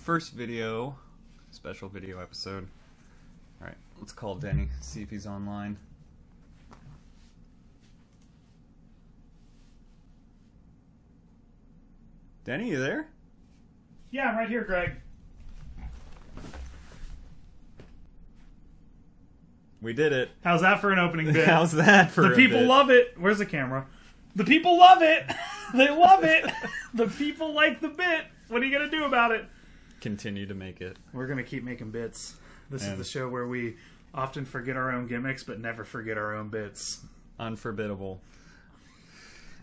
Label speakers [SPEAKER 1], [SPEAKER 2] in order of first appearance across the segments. [SPEAKER 1] first video, special video episode. All right, let's call Denny, see if he's online. Denny, you there?
[SPEAKER 2] Yeah, I'm right here, Greg.
[SPEAKER 1] We did it.
[SPEAKER 2] How's that for an opening bit?
[SPEAKER 1] How's that for
[SPEAKER 2] the
[SPEAKER 1] a
[SPEAKER 2] people
[SPEAKER 1] bit?
[SPEAKER 2] love it. Where's the camera? The people love it. they love it. the people like the bit. What are you gonna do about it?
[SPEAKER 1] Continue to make it.
[SPEAKER 2] We're gonna keep making bits. This
[SPEAKER 1] And-
[SPEAKER 2] is the show where we often forget our own gimmicks, but never forget our own bits.
[SPEAKER 1] Unforbiddable.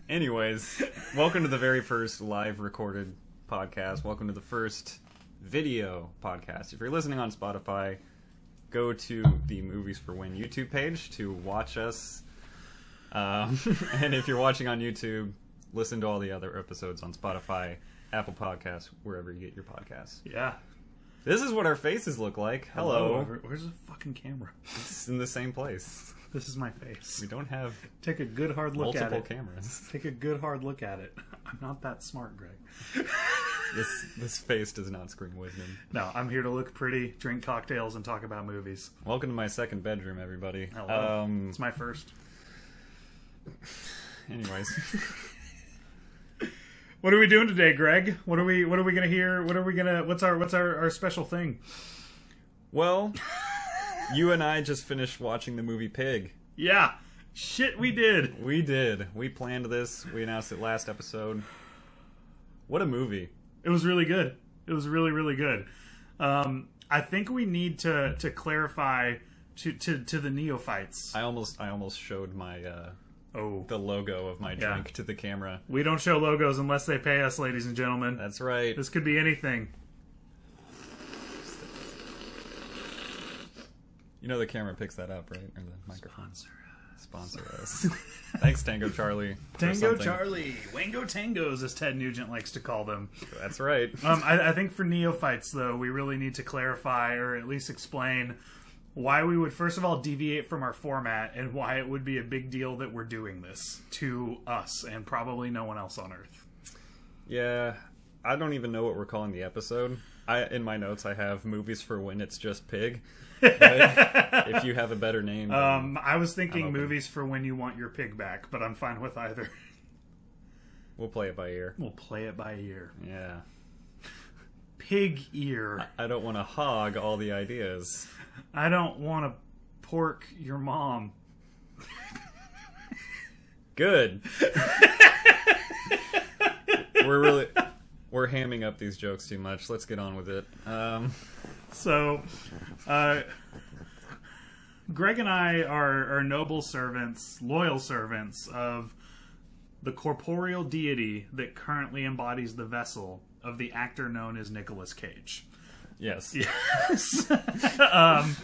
[SPEAKER 1] Anyways, welcome to the very first live recorded podcast. Welcome to the first video podcast. If you're listening on Spotify, go to the Movies for Win YouTube page to watch us. Um, and if you're watching on YouTube, listen to all the other episodes on Spotify, Apple Podcasts, wherever you get your podcasts.
[SPEAKER 2] Yeah. Oh,
[SPEAKER 1] This is what our faces look like. Hello.
[SPEAKER 2] Where- Where's the fucking camera?
[SPEAKER 1] It's in the same place.
[SPEAKER 2] This is my
[SPEAKER 1] We
[SPEAKER 2] face.
[SPEAKER 1] don't have
[SPEAKER 2] Take a good hard look at
[SPEAKER 1] multiple
[SPEAKER 2] it.
[SPEAKER 1] cameras.
[SPEAKER 2] Take a good hard look at it. I'm not that smart, Greg.
[SPEAKER 1] This this face does not scream wisdom.
[SPEAKER 2] No, I'm here to look pretty, drink cocktails, and talk about movies.
[SPEAKER 1] Welcome to my second bedroom, everybody.
[SPEAKER 2] Hello.
[SPEAKER 1] Um,
[SPEAKER 2] It's my first.
[SPEAKER 1] anyways,
[SPEAKER 2] What are we doing today, Greg? What are we What are we gonna hear? What are we gonna What's our What's our, our special thing?
[SPEAKER 1] well, you and I just finished watching the movie Pig.
[SPEAKER 2] Yeah, shit, we did.
[SPEAKER 1] We did. We planned this. We announced it last episode. What a movie!
[SPEAKER 2] It was really good. It was really really good. Um, I think we need to to clarify to to, to the neophytes.
[SPEAKER 1] I almost I almost showed my uh,
[SPEAKER 2] oh,
[SPEAKER 1] the logo of my
[SPEAKER 2] Yeah.
[SPEAKER 1] drink to the camera.
[SPEAKER 2] we don't show logos unless they pay us, ladies and gentlemen.
[SPEAKER 1] That's right.
[SPEAKER 2] This could be anything.
[SPEAKER 1] You know the camera picks that up, right? Or the microphone
[SPEAKER 2] Sponsor us.
[SPEAKER 1] sponsor us. Thanks, Tango Charlie. for
[SPEAKER 2] Tango
[SPEAKER 1] something.
[SPEAKER 2] Charlie, Wango Tangos, as Ted Nugent likes to call them.
[SPEAKER 1] That's right.
[SPEAKER 2] Um, I, I think for neophytes, though, we really need to clarify or at least explain why we would, first of all, deviate from our format and why it would be a big deal that we're doing this to us and probably no one else on Earth.
[SPEAKER 1] Yeah, I don't even know what we're calling the episode. I in my notes I have movies for when it's just pig. But if you have a better name, then-
[SPEAKER 2] Um, I was thinking
[SPEAKER 1] open.
[SPEAKER 2] movies for when you want your pig back, but I'm fine with either.
[SPEAKER 1] we'll play it by ear.
[SPEAKER 2] We'll play it by ear.
[SPEAKER 1] Yeah,
[SPEAKER 2] Pig ear.
[SPEAKER 1] I don't want to hog all the ideas.
[SPEAKER 2] I don't want to pork your mom.
[SPEAKER 1] Good. we're really we're hamming up these jokes too much. Let's get on with it. Um,
[SPEAKER 2] So, uh, Greg and I are, are noble servants, loyal servants of the corporeal deity that currently embodies the vessel of the actor known as Nicolas Cage.
[SPEAKER 1] yes.
[SPEAKER 2] um,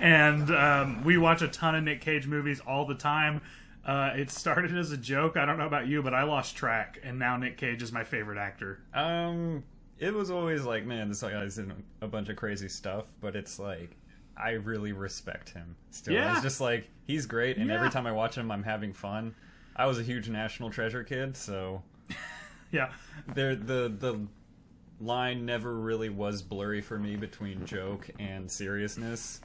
[SPEAKER 2] and um, we watch a ton of Nick Cage movies all the time. Uh, it started as a joke. I don't know about you, but I lost track, and now Nick Cage is my favorite actor.
[SPEAKER 1] Um, it was always like, man, this guy's in a bunch of crazy stuff, but it's like, I really respect him still.
[SPEAKER 2] Yeah.
[SPEAKER 1] It's just like, he's great, and every
[SPEAKER 2] Yeah.
[SPEAKER 1] time I watch him, I'm having fun. I was a huge National Treasure kid, so
[SPEAKER 2] Yeah,
[SPEAKER 1] there the the line never really was blurry for me between joke and seriousness.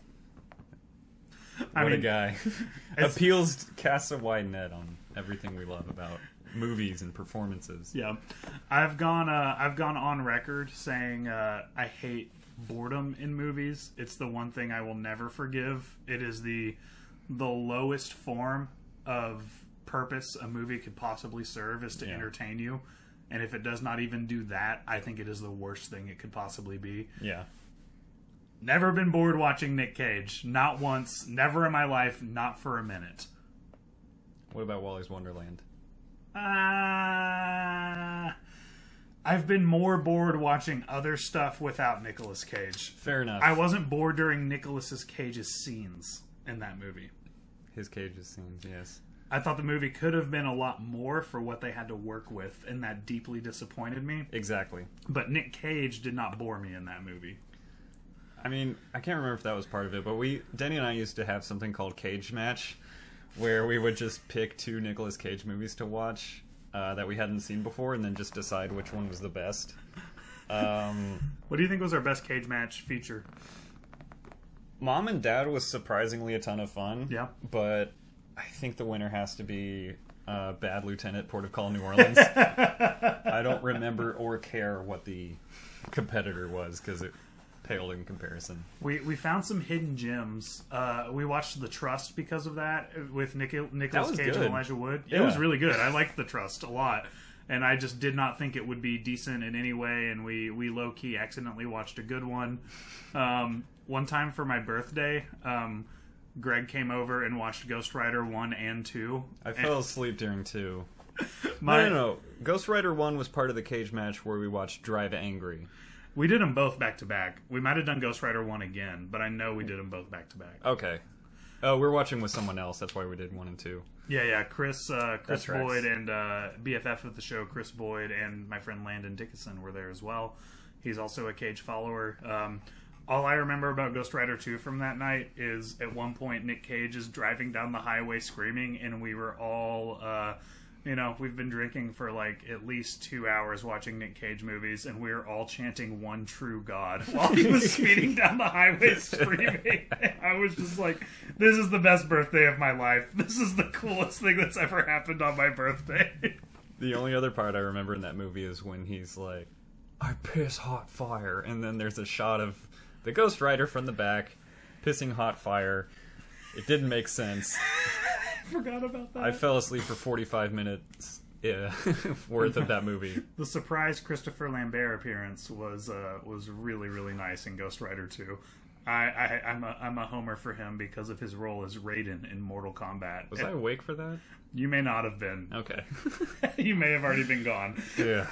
[SPEAKER 2] I
[SPEAKER 1] what
[SPEAKER 2] mean,
[SPEAKER 1] a guy appeals casts a wide net on everything we love about movies and performances.
[SPEAKER 2] Yeah, I've gone. Uh, I've gone on record saying uh, I hate boredom in movies. It's the one thing I will never forgive. It is the the lowest form of purpose a movie could possibly serve is to
[SPEAKER 1] Yeah.
[SPEAKER 2] entertain you. And if it does not even do that, I think it is the worst thing it could possibly be.
[SPEAKER 1] yeah.
[SPEAKER 2] Never been bored watching Nick Cage. Not once. Never in my life. Not for a minute.
[SPEAKER 1] What about Wally's Wonderland?
[SPEAKER 2] Uh, I've been more bored watching other stuff without Nicolas Cage.
[SPEAKER 1] Fair enough.
[SPEAKER 2] I wasn't bored during Nicolas Cage's scenes in that movie.
[SPEAKER 1] His cages scenes, yes.
[SPEAKER 2] I thought the movie could have been a lot more for what they had to work with, and that deeply disappointed me.
[SPEAKER 1] Exactly.
[SPEAKER 2] But Nick Cage did not bore me in that movie.
[SPEAKER 1] I mean, I can't remember if that was part of it, but we Denny and I used to have something called Cage Match, where we would just pick two Nicolas Cage movies to watch uh, that we hadn't seen before, and then just decide which one was the best. Um,
[SPEAKER 2] What do you think was our best cage match feature?
[SPEAKER 1] Mom and Dad was surprisingly a ton of fun.
[SPEAKER 2] Yeah.
[SPEAKER 1] But I think the winner has to be uh, Bad Lieutenant Port of Call New Orleans. I don't remember or care what the competitor was because it paled in comparison.
[SPEAKER 2] We we found some hidden gems. Uh, we watched The Trust because of that with Nick, Nicholas
[SPEAKER 1] was
[SPEAKER 2] Cage and
[SPEAKER 1] good.
[SPEAKER 2] Elijah Wood. It
[SPEAKER 1] Yeah.
[SPEAKER 2] was really good. I liked The Trust a lot, and I just did not think it would be decent in any way. And we we low key accidentally watched a good one. Um, one time for my birthday, um, Greg came over and watched Ghost Rider one and two.
[SPEAKER 1] I fell asleep during two.
[SPEAKER 2] My-
[SPEAKER 1] no, no, no. Ghost Rider 1 was part of the cage match where we watched Drive Angry.
[SPEAKER 2] We did them both back to back. We might have done Ghost Rider one again, but I know we did them both back to back.
[SPEAKER 1] Okay. Oh, we we're watching with someone else. That's why we did 1 and 2.
[SPEAKER 2] Yeah, yeah. Chris, uh, Chris
[SPEAKER 1] That tracks.
[SPEAKER 2] Boyd, and uh, BFF of the show, Chris Boyd, and my friend Landon Dickinson were there as well. He's also a cage follower. Um, all I remember about Ghost Rider 2 from that night is at one point Nick Cage is driving down the highway screaming, and we were all, uh, you know, we've been drinking for like at least two hours watching Nick Cage movies, and we were all chanting One True God while he was speeding down the highway screaming. I was just like, this is the best birthday of my life. This is the coolest thing that's ever happened on my birthday.
[SPEAKER 1] The only other part I remember in that movie is when he's like, I piss hot fire. And then there's a shot of the Ghost Rider from the back pissing hot fire. It didn't make sense.
[SPEAKER 2] Forgot about that.
[SPEAKER 1] I fell asleep for 45 minutes yeah, worth of that movie.
[SPEAKER 2] the surprise Christopher Lambert appearance was uh, was really really nice in Ghost Rider 2. I, I I'm a I'm a homer for him because of his role as Raiden in Mortal Kombat.
[SPEAKER 1] Was I awake for that?
[SPEAKER 2] You may not have been.
[SPEAKER 1] Okay.
[SPEAKER 2] you may have already been gone.
[SPEAKER 1] Yeah.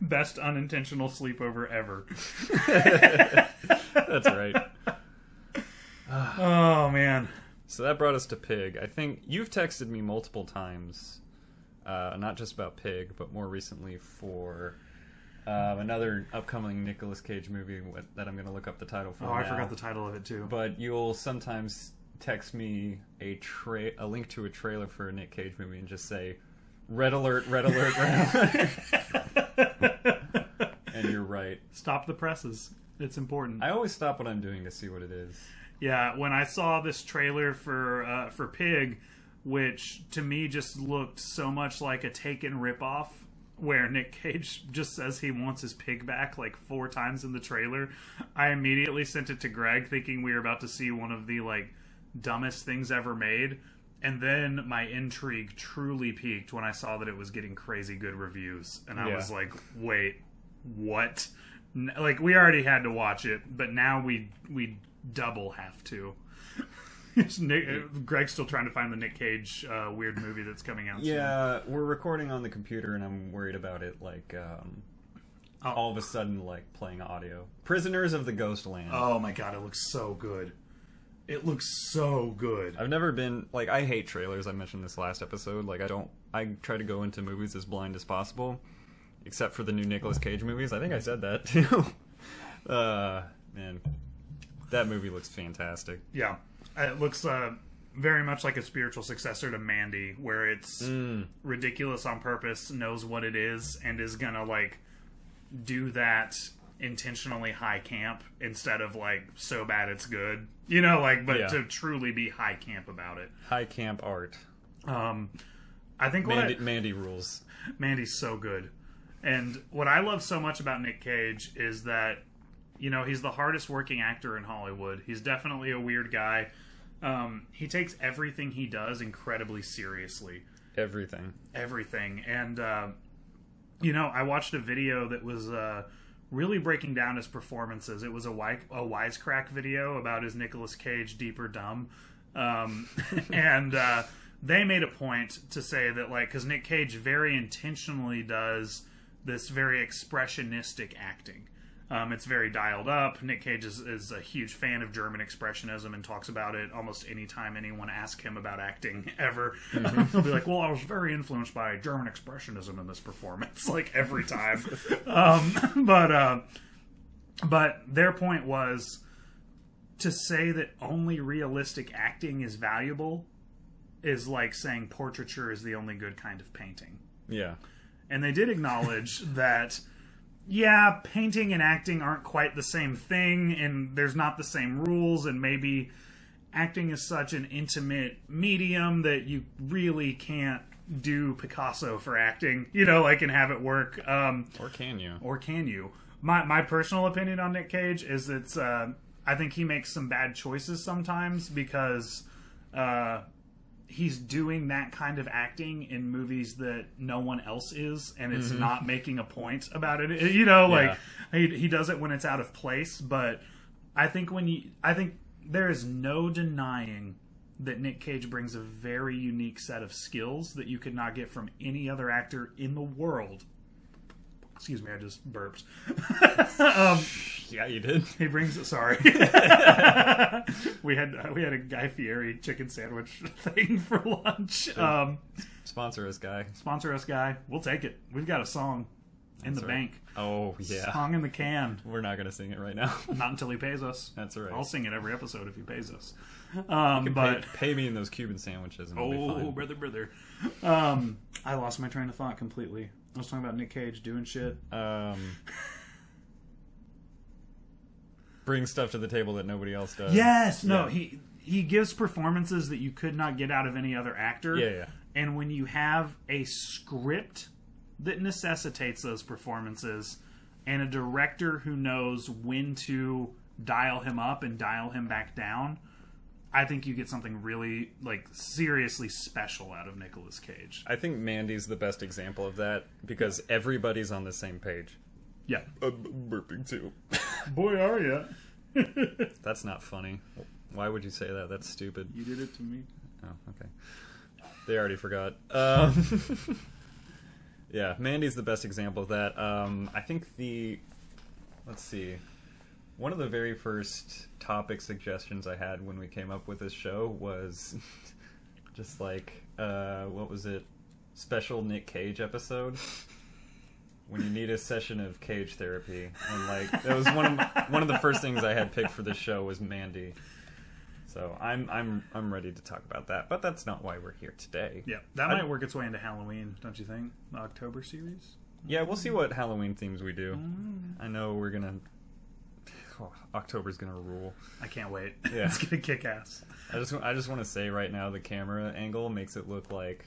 [SPEAKER 2] Best unintentional sleepover ever.
[SPEAKER 1] That's right.
[SPEAKER 2] Oh man.
[SPEAKER 1] So that brought us to Pig. I think you've texted me multiple times, uh, not just about Pig, but more recently for um, another upcoming Nicolas Cage movie with, that I'm going to look up the title for.
[SPEAKER 2] Oh, I
[SPEAKER 1] now.
[SPEAKER 2] forgot the title of it too.
[SPEAKER 1] But you'll sometimes text me a tra- a link to a trailer for a Nick Cage movie and just say, "Red alert! Red alert! Red alert!" and you're right.
[SPEAKER 2] Stop the presses. It's important.
[SPEAKER 1] I always stop what I'm doing to see what it is.
[SPEAKER 2] Yeah, when I saw this trailer for uh, for Pig, which to me just looked so much like a Taken ripoff, where Nick Cage just says he wants his pig back like four times in the trailer, I immediately sent it to Greg, thinking we were about to see one of the like dumbest things ever made. And then my intrigue truly peaked when I saw that it was getting crazy good reviews, and I
[SPEAKER 1] Yeah.
[SPEAKER 2] was like, "Wait, what?" N- Like we already had to watch it, but now we we double have to. It's Nick, uh, Greg's still trying to find the Nick Cage uh, weird movie that's coming out. soon.
[SPEAKER 1] Yeah, we're recording on the computer, and I'm worried about it. Like, um,
[SPEAKER 2] Oh.
[SPEAKER 1] all of a sudden, like playing audio. Prisoners of the Ghostland.
[SPEAKER 2] Oh my god, it looks so good. It looks so good.
[SPEAKER 1] I've never been like I hate trailers. I mentioned this last episode. Like, I don't. I try to go into movies as blind as possible, except for the new Nicolas Cage movies. I think I said that too. uh, man, that movie looks fantastic.
[SPEAKER 2] Yeah, it looks uh, very much like a spiritual successor to Mandy, where it's
[SPEAKER 1] Mm.
[SPEAKER 2] ridiculous on purpose, knows what it is, and is gonna like do that intentionally high camp instead of like so bad it's good. You know, like but
[SPEAKER 1] Yeah.
[SPEAKER 2] to truly be high camp about it.
[SPEAKER 1] High camp art.
[SPEAKER 2] Um, I think what I-
[SPEAKER 1] Mandy, Mandy rules.
[SPEAKER 2] Mandy's so good. And what I love so much about Nick Cage is that, you know, he's the hardest working actor in Hollywood. He's definitely a weird guy. Um, he takes everything he does incredibly seriously
[SPEAKER 1] Everything.
[SPEAKER 2] everything. And uh, you know, I watched a video that was uh, really breaking down his performances. It was a wi- a wisecrack video about his Nicolas Cage deeper dumb, um, and uh, they made a point to say that like because Nick Cage very intentionally does this very expressionistic acting. Um, it's very dialed up. Nick Cage is, is a huge fan of German expressionism and talks about it almost any time anyone asks him about acting ever. He'll be like, "Well, I was very influenced by German expressionism in this performance," like every time. um, but uh, but their point was to say that only realistic acting is valuable is like saying portraiture is the only good kind of painting
[SPEAKER 1] Yeah.
[SPEAKER 2] and they did acknowledge that yeah, painting and acting aren't quite the same thing, and there's not the same rules, and maybe acting is such an intimate medium that you really can't do Picasso for acting, you know, like and have it work. Um,
[SPEAKER 1] Or can you?
[SPEAKER 2] or can you? My my personal opinion on Nick Cage is that uh, I think he makes some bad choices sometimes because uh, he's doing that kind of acting in movies that no one else is, and it's not making a point about it. Uh, You know, like he he does it when it's out of place, but I think when you I think there is no denying that Nick Cage brings a very unique set of skills that you could not get from any other actor in the world excuse me, I just burped. um,
[SPEAKER 1] Yeah, you did.
[SPEAKER 2] he brings. Sorry, we had we had a Guy Fieri chicken sandwich thing for lunch. Um,
[SPEAKER 1] Sponsor us, guy.
[SPEAKER 2] sponsor us, guy. We'll take it. We've got a song in the
[SPEAKER 1] That's right.
[SPEAKER 2] bank,
[SPEAKER 1] Oh yeah.
[SPEAKER 2] song in the can.
[SPEAKER 1] We're not gonna sing it right now.
[SPEAKER 2] Not until he pays us.
[SPEAKER 1] That's all right.
[SPEAKER 2] I'll sing it every episode if he pays us. Um, but
[SPEAKER 1] pay, pay me in those Cuban sandwiches and we'll be
[SPEAKER 2] oh,
[SPEAKER 1] fine.
[SPEAKER 2] brother, brother, um, I lost my train of thought completely. I was talking about Nick Cage doing shit.
[SPEAKER 1] Um, bring stuff to the table that nobody else does.
[SPEAKER 2] Yes, no,
[SPEAKER 1] Yeah.
[SPEAKER 2] he he gives performances that you could not get out of any other actor.
[SPEAKER 1] Yeah, yeah.
[SPEAKER 2] And when you have a script that necessitates those performances and a director who knows when to dial him up and dial him back down, I think you get something really like seriously special out of Nicolas Cage.
[SPEAKER 1] I think Mandy's the best example of that because everybody's on the same page.
[SPEAKER 2] Yeah.
[SPEAKER 1] I'm Uh, burping too.
[SPEAKER 2] Boy, are you?
[SPEAKER 1] That's not funny. Why would you say that? That's stupid.
[SPEAKER 2] You did it to me.
[SPEAKER 1] Oh, okay. They already forgot. Um, yeah, Mandy's the best example of that. Um, I think the. Let's see. One of the very first topic suggestions I had when we came up with this show was just like, uh, what was it? Special Nick Cage episode. When you need a session of cage therapy, and like that was one of my- one of the first things I had picked for this show was Mandy. So I'm I'm I'm ready to talk about that, but that's not why we're here today.
[SPEAKER 2] Yeah. That
[SPEAKER 1] I-
[SPEAKER 2] might work its way into Halloween, don't you think? The October series?
[SPEAKER 1] Yeah, we'll see what Halloween themes we do. I know we're gonna. Oh, October's gonna rule.
[SPEAKER 2] I can't wait.
[SPEAKER 1] Yeah.
[SPEAKER 2] it's gonna kick ass.
[SPEAKER 1] I just I just want to say right now the camera angle makes it look like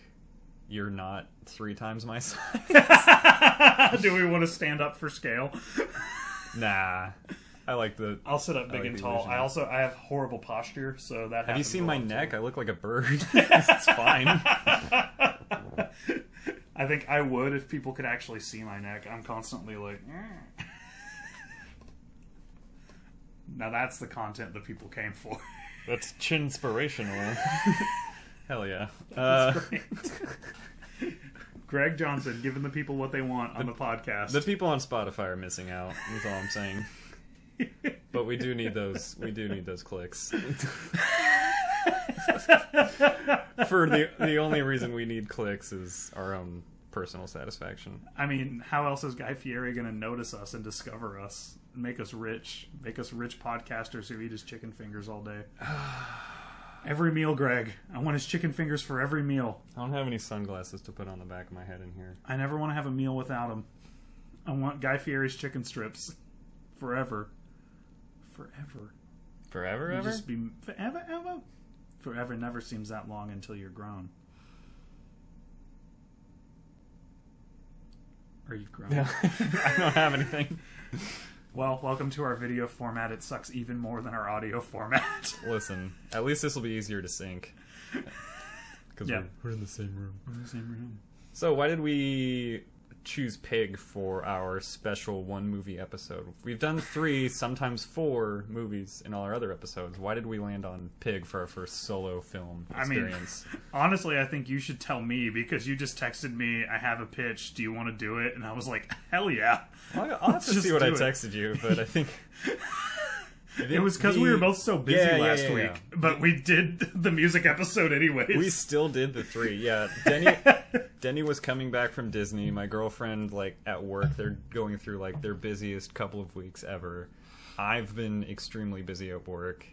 [SPEAKER 1] you're not three times my size.
[SPEAKER 2] Do we want to stand up for scale?
[SPEAKER 1] nah, I like the.
[SPEAKER 2] I'll sit up big
[SPEAKER 1] like
[SPEAKER 2] and
[SPEAKER 1] the
[SPEAKER 2] tall.
[SPEAKER 1] illusion.
[SPEAKER 2] I also I have horrible posture, so that
[SPEAKER 1] Have you
[SPEAKER 2] happens
[SPEAKER 1] seen
[SPEAKER 2] a
[SPEAKER 1] my
[SPEAKER 2] lot,
[SPEAKER 1] neck? I look like a bird. it's fine.
[SPEAKER 2] too. I think I would if people could actually see my neck. I'm constantly like. "Eh." now that's the content that people came for.
[SPEAKER 1] That's chin inspirational. Hell yeah. Uh,
[SPEAKER 2] Great. Greg Johnson giving the people what they want on the, podcast.
[SPEAKER 1] the people on Spotify are missing out. That's all I'm saying. But we do need those. We do need those clicks. For the the only reason we need clicks is our own personal satisfaction.
[SPEAKER 2] I mean, how else is Guy Fieri going to notice us and discover us, make us rich, make us rich podcasters who eat his chicken fingers all day? every meal, Greg. I want his chicken fingers for every meal.
[SPEAKER 1] I don't have any sunglasses to put on the back of my head in here.
[SPEAKER 2] I never want to have a meal without him. I want Guy Fieri's chicken strips forever. Forever.
[SPEAKER 1] Forever, ever.
[SPEAKER 2] Just be forever, ever. Forever never seems that long until you're grown. Are you grown?
[SPEAKER 1] I don't have anything.
[SPEAKER 2] Well, welcome to our video format. It sucks even more than our audio format.
[SPEAKER 1] Listen, at least this will be easier to sync. Because
[SPEAKER 2] Yeah.
[SPEAKER 1] we're, we're in the same room.
[SPEAKER 2] Same room.
[SPEAKER 1] So why did we choose Pig for our special one movie episode? We've done three, sometimes four movies in all our other episodes. Why did we land on Pig for our first solo film
[SPEAKER 2] mean-
[SPEAKER 1] experience?
[SPEAKER 2] Honestly, I think you should tell me because you just texted me, I have a pitch. Do you want to do it? And I was like, hell yeah.
[SPEAKER 1] I mean, I'll, I'll have to
[SPEAKER 2] Just
[SPEAKER 1] see what
[SPEAKER 2] do
[SPEAKER 1] I
[SPEAKER 2] it.
[SPEAKER 1] texted you, but I think
[SPEAKER 2] It was because we were both so busy
[SPEAKER 1] Yeah, yeah,
[SPEAKER 2] last
[SPEAKER 1] yeah, yeah.
[SPEAKER 2] week, but we did the music episode anyways.
[SPEAKER 1] We still did the three. Yeah, Denny. Denny was coming back from Disney. My girlfriend, like at work, they're going through like their busiest couple of weeks ever. I've been extremely busy at work,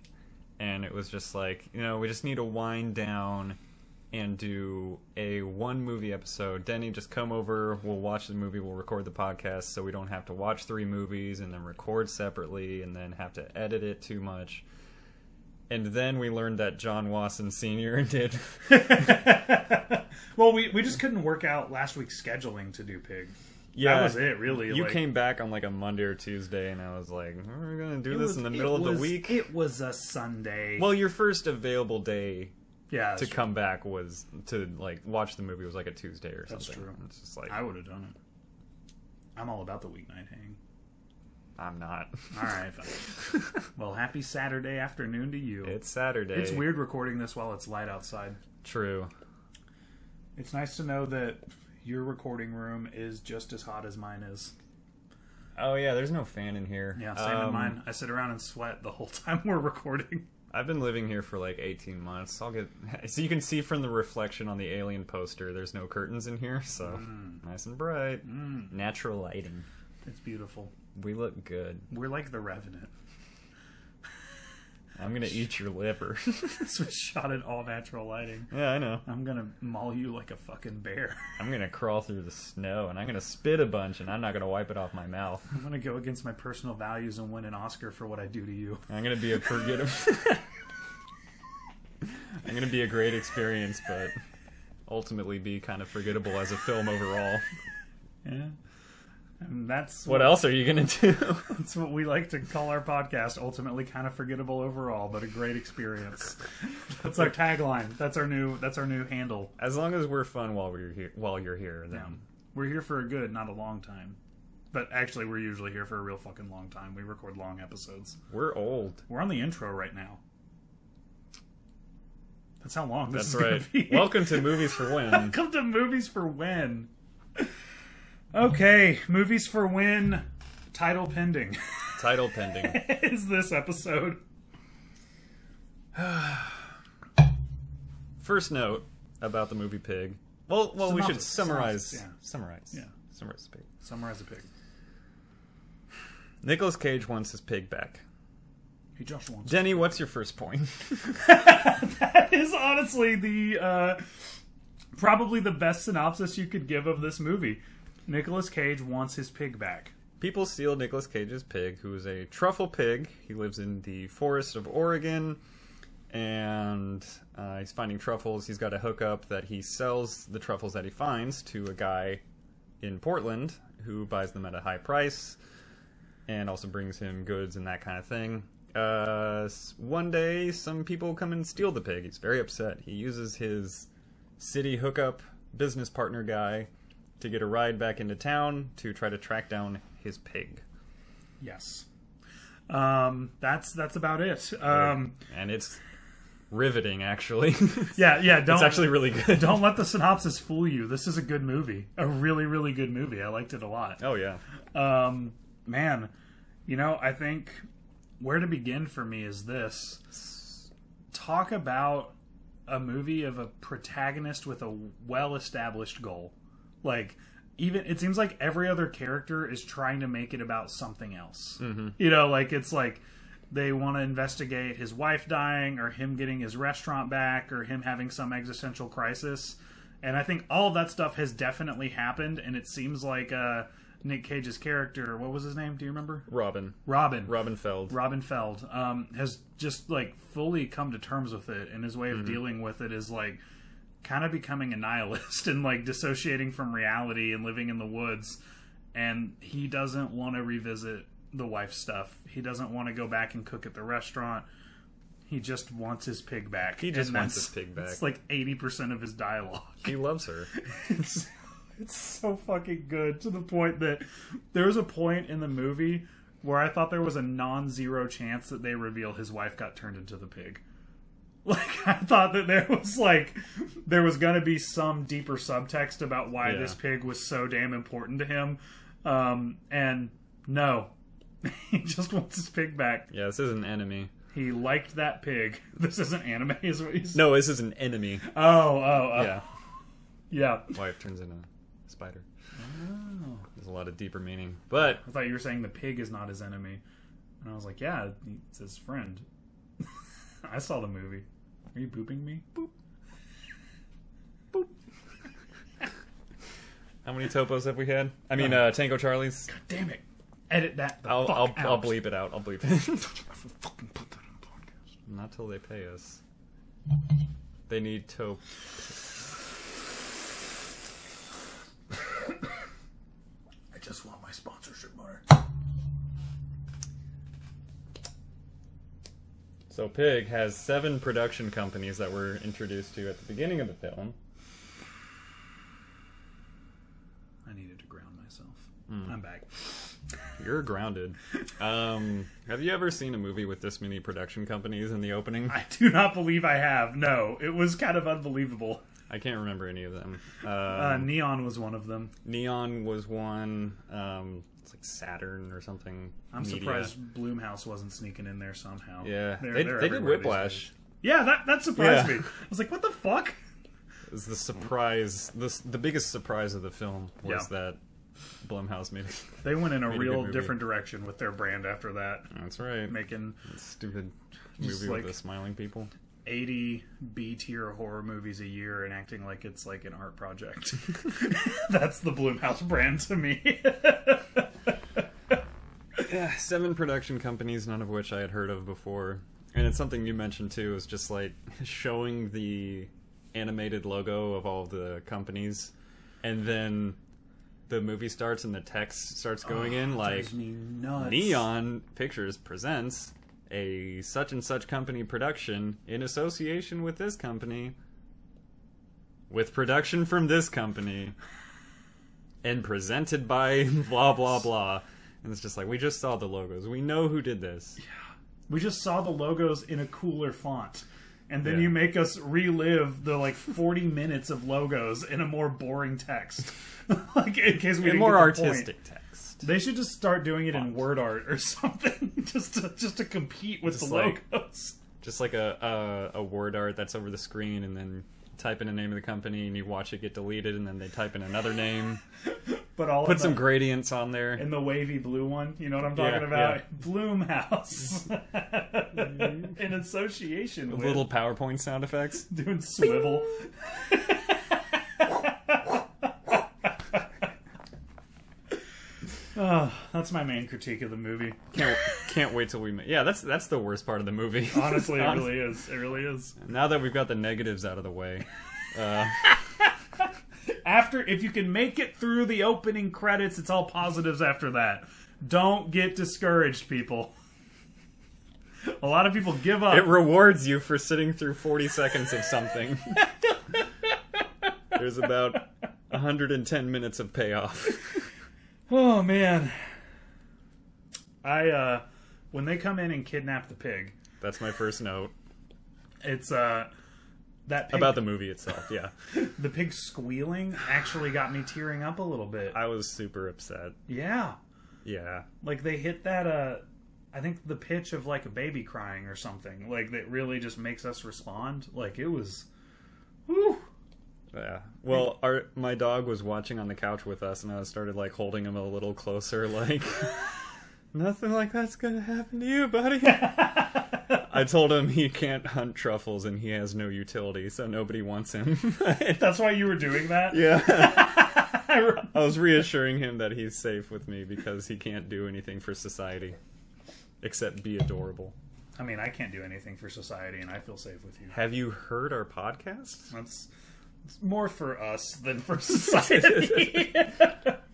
[SPEAKER 1] and it was just like you know we just need to wind down and do a one movie episode. Denny, just come over. We'll watch the movie. We'll record the podcast so we don't have to watch three movies and then record separately and then have to edit it too much. And then we learned that John Wasson Sr. did.
[SPEAKER 2] well, we, we just couldn't work out last week's scheduling to do Pig.
[SPEAKER 1] yeah,
[SPEAKER 2] that was it, really.
[SPEAKER 1] Uh, You
[SPEAKER 2] like-
[SPEAKER 1] came back on like a Monday or Tuesday, and I was like, we're going to do
[SPEAKER 2] it
[SPEAKER 1] this
[SPEAKER 2] was-
[SPEAKER 1] in the
[SPEAKER 2] it
[SPEAKER 1] middle of the
[SPEAKER 2] was-
[SPEAKER 1] week.
[SPEAKER 2] It was a Sunday.
[SPEAKER 1] well, your first available day
[SPEAKER 2] yeah,
[SPEAKER 1] to
[SPEAKER 2] that's
[SPEAKER 1] come back was to like watch the movie was like a Tuesday or something.
[SPEAKER 2] That's true.
[SPEAKER 1] It's just like
[SPEAKER 2] I would have done it. I'm all about the weeknight hang.
[SPEAKER 1] I'm not.
[SPEAKER 2] All right. fine. well, happy Saturday afternoon to you.
[SPEAKER 1] It's Saturday.
[SPEAKER 2] It's weird recording this while it's light outside.
[SPEAKER 1] True.
[SPEAKER 2] It's nice to know that your recording room is just as hot as mine is.
[SPEAKER 1] Oh yeah, there's no fan in here.
[SPEAKER 2] Yeah, same in
[SPEAKER 1] Um,
[SPEAKER 2] mine. I sit around and sweat the whole time we're recording.
[SPEAKER 1] I've been living here for like 18 months. I'll get so you can see from the reflection on the alien poster. There's no curtains in here, so
[SPEAKER 2] Mm.
[SPEAKER 1] nice and bright, natural lighting.
[SPEAKER 2] It's beautiful.
[SPEAKER 1] We look good.
[SPEAKER 2] We're like the Revenant.
[SPEAKER 1] I'm gonna eat your liver.
[SPEAKER 2] this was shot in all natural lighting.
[SPEAKER 1] yeah, I know.
[SPEAKER 2] I'm gonna maul you like a fucking bear.
[SPEAKER 1] I'm gonna crawl through the snow and I'm gonna spit a bunch and I'm not gonna wipe it off my mouth.
[SPEAKER 2] I'm gonna go against my personal values and win an Oscar for what I do to you.
[SPEAKER 1] I'm gonna be a forgettable. I'm gonna be a great experience, but ultimately be kind of forgettable as a film overall.
[SPEAKER 2] Yeah. And that's
[SPEAKER 1] What else are you gonna do?
[SPEAKER 2] That's what we like to call our podcast. Ultimately, kind of forgettable overall, but a great experience. That's our tagline. That's our new. That's our new handle.
[SPEAKER 1] as long as we're fun while we're here, while you're here, then
[SPEAKER 2] Um, we're here for a good, not a long time. But actually, we're usually here for a real fucking long time. We record long episodes.
[SPEAKER 1] we're old.
[SPEAKER 2] We're on the intro right now. That's how long this
[SPEAKER 1] That's
[SPEAKER 2] is gonna
[SPEAKER 1] right.
[SPEAKER 2] be.
[SPEAKER 1] Welcome to Movies for When.
[SPEAKER 2] Welcome to Movies for When. Okay, Movies for When. Title pending.
[SPEAKER 1] Title pending.
[SPEAKER 2] is this episode?
[SPEAKER 1] First note about the movie Pig. Well, well, we should
[SPEAKER 2] Synopsis,
[SPEAKER 1] summarize.
[SPEAKER 2] synopsis, yeah.
[SPEAKER 1] Summarize.
[SPEAKER 2] Yeah.
[SPEAKER 1] Summarize Pig.
[SPEAKER 2] Summarize a pig.
[SPEAKER 1] Nicholas Cage wants his pig back.
[SPEAKER 2] He just wants.
[SPEAKER 1] Denny, what's your first point?
[SPEAKER 2] that is honestly the uh, probably the best synopsis you could give of this movie. Nicolas Cage wants his pig back.
[SPEAKER 1] People steal Nicolas Cage's pig, who is a truffle pig. He lives in the forest of Oregon, and uh, he's finding truffles. He's got a hookup that he sells the truffles that he finds to a guy in Portland who buys them at a high price and also brings him goods and that kind of thing. Uh, s- one day, some people come and steal the pig. He's very upset. He uses his city hookup business partner guy to get a ride back into town to try to track down his pig.
[SPEAKER 2] Yes. Um, that's that's about it. Um,
[SPEAKER 1] and it's riveting, actually.
[SPEAKER 2] yeah, yeah. Don't
[SPEAKER 1] it's actually really good.
[SPEAKER 2] don't let the synopsis fool you. This is a good movie, a really really good movie. I liked it a lot.
[SPEAKER 1] Oh yeah,
[SPEAKER 2] Um, man, you know, I think where to begin for me is this. Talk about a movie of a protagonist with a well-established goal. Like even it seems like every other character is trying to make it about something else. You know, like it's like they want to investigate his wife dying or him getting his restaurant back or him having some existential crisis. And I think all of that stuff has definitely happened and it seems like uh Nick Cage's character, what was his name? Do you remember?
[SPEAKER 1] Robin.
[SPEAKER 2] Robin.
[SPEAKER 1] Robin Feld.
[SPEAKER 2] Robin Feld um, has just like fully come to terms with it, and his way of
[SPEAKER 1] Mm-hmm.
[SPEAKER 2] dealing with it is like kind of becoming a nihilist and like dissociating from reality and living in the woods. And he doesn't want to revisit the wife stuff. He doesn't want to go back and cook at the restaurant. He just wants his pig back. He
[SPEAKER 1] just wants his pig back.
[SPEAKER 2] It's like eighty percent of his dialogue.
[SPEAKER 1] he loves her.
[SPEAKER 2] It's, it's so fucking good to the point that there was a point in the movie where I thought there was a non-zero chance that they reveal his wife got turned into the pig. Like I thought that there was like there was gonna be some deeper subtext about why
[SPEAKER 1] Yeah.
[SPEAKER 2] this pig was so damn important to him, um, and no, he just wants his pig back.
[SPEAKER 1] Yeah, this is an enemy.
[SPEAKER 2] He liked that pig. This isn't anime, is what he's.
[SPEAKER 1] No, this is an enemy.
[SPEAKER 2] Oh, oh, oh,
[SPEAKER 1] Yeah,
[SPEAKER 2] yeah.
[SPEAKER 1] wife turns into a spider. There's a lot of deeper meaning, but
[SPEAKER 2] I thought you were saying the pig is not his enemy. And I was like, yeah, it's his friend. I saw the movie. Are you booping me? Boop.
[SPEAKER 1] How many topos have we had? I mean, uh, Tango Charlie's.
[SPEAKER 2] Damn it. Edit that. The
[SPEAKER 1] I'll
[SPEAKER 2] fuck
[SPEAKER 1] I'll,
[SPEAKER 2] out.
[SPEAKER 1] I'll bleep it out. I'll bleep it.
[SPEAKER 2] Fucking put that on podcast.
[SPEAKER 1] Not till they pay us. They need top.
[SPEAKER 2] I just want my sponsorship money.
[SPEAKER 1] So Pig has seven production companies that were introduced to at the beginning of the film.
[SPEAKER 2] I needed to ground myself.
[SPEAKER 1] Hmm.
[SPEAKER 2] I'm back.
[SPEAKER 1] You're grounded. Um, have you ever seen a movie with this many production companies in the opening?
[SPEAKER 2] I do not believe I have. No, it was kind of unbelievable.
[SPEAKER 1] I can't remember any of them. Uh,
[SPEAKER 2] Uh, Neon was one of them.
[SPEAKER 1] Neon was one. Um, it's like Saturn or something.
[SPEAKER 2] I'm
[SPEAKER 1] Media.
[SPEAKER 2] surprised Bloomhouse wasn't sneaking in there somehow.
[SPEAKER 1] Yeah,
[SPEAKER 2] They're-
[SPEAKER 1] they,
[SPEAKER 2] they're
[SPEAKER 1] they did
[SPEAKER 2] everywhere these
[SPEAKER 1] Whiplash.
[SPEAKER 2] days. Yeah, that that surprised
[SPEAKER 1] Yeah.
[SPEAKER 2] me. I was like, what the fuck?
[SPEAKER 1] It was the surprise. The the biggest surprise of the film was
[SPEAKER 2] Yeah.
[SPEAKER 1] that Blumhouse made it.
[SPEAKER 2] They went in a
[SPEAKER 1] good
[SPEAKER 2] real
[SPEAKER 1] movie.
[SPEAKER 2] different direction with their brand after that,
[SPEAKER 1] That's right.
[SPEAKER 2] making
[SPEAKER 1] Stupid
[SPEAKER 2] Just
[SPEAKER 1] movie
[SPEAKER 2] like-
[SPEAKER 1] with the smiling people.
[SPEAKER 2] 80 B tier horror movies a year and acting like it's like an art project. That's the Bloomhouse brand to me.
[SPEAKER 1] Yeah, seven production companies, none of which I had heard of before. And it's something you mentioned too, is just like showing the animated logo of all the companies, and then the movie starts and the text starts going in like
[SPEAKER 2] Drives me nuts.
[SPEAKER 1] Neon Pictures presents a such and such company production in association with this company, with production from this company, and presented by blah blah blah. And it's just like we just saw the logos. We know who did this.
[SPEAKER 2] We just saw the logos in a cooler font. And then
[SPEAKER 1] Yeah.
[SPEAKER 2] you make us relive the like 40 minutes of logos in a more boring text. like in case
[SPEAKER 1] And
[SPEAKER 2] we didn't
[SPEAKER 1] more
[SPEAKER 2] get the point.
[SPEAKER 1] artistic text.
[SPEAKER 2] They should just start doing it in word art or something just to, just to compete with
[SPEAKER 1] Just
[SPEAKER 2] the
[SPEAKER 1] like-
[SPEAKER 2] logos.
[SPEAKER 1] Just like a, a a word art that's over the screen and then type in a name of the company and you watch it get deleted and then they type in another name.
[SPEAKER 2] But all
[SPEAKER 1] Put
[SPEAKER 2] of
[SPEAKER 1] some
[SPEAKER 2] them-
[SPEAKER 1] gradients on there.
[SPEAKER 2] in the wavy blue one. You know what I'm talking
[SPEAKER 1] Yeah,
[SPEAKER 2] about?
[SPEAKER 1] yeah.
[SPEAKER 2] Bloomhouse. in association with
[SPEAKER 1] Little PowerPoint sound effects.
[SPEAKER 2] doing swivel. Ah, that's my main critique of the movie.
[SPEAKER 1] Can't, can't wait till we. ma- Yeah, that's that's the worst part of the movie.
[SPEAKER 2] Honestly, it
[SPEAKER 1] Honest-
[SPEAKER 2] really is. It really is.
[SPEAKER 1] Now that we've got the negatives out of the way, uh,
[SPEAKER 2] After, if you can make it through the opening credits, it's all positives after that. Don't get discouraged, people. A lot of people give up.
[SPEAKER 1] it rewards you for sitting through 40 seconds of something. There's about 110 minutes of payoff.
[SPEAKER 2] Oh man. I uh when they come in and kidnap the pig,
[SPEAKER 1] That's my first note
[SPEAKER 2] it's uh that pig,
[SPEAKER 1] about the movie itself. Yeah,
[SPEAKER 2] the pig squealing actually got me tearing up a little bit.
[SPEAKER 1] I was super upset.
[SPEAKER 2] yeah.
[SPEAKER 1] Yeah,
[SPEAKER 2] Like they hit that uh I think the pitch of like a baby crying or something. Like that really just makes us respond. Like it was whew.
[SPEAKER 1] yeah. Well, our my dog was watching on the couch with us, and I started like holding him a little closer, like. Nothing like that's gonna happen to you, buddy. I told him he can't hunt truffles and he has no utility, so nobody wants him.
[SPEAKER 2] That's why you were doing that?
[SPEAKER 1] yeah.
[SPEAKER 2] I re-
[SPEAKER 1] I was reassuring him that he's safe with me because he can't do anything for society except be adorable.
[SPEAKER 2] I mean, I can't do anything for society and I feel safe with you.
[SPEAKER 1] Have you heard our podcast?
[SPEAKER 2] That's it's more for us than for society.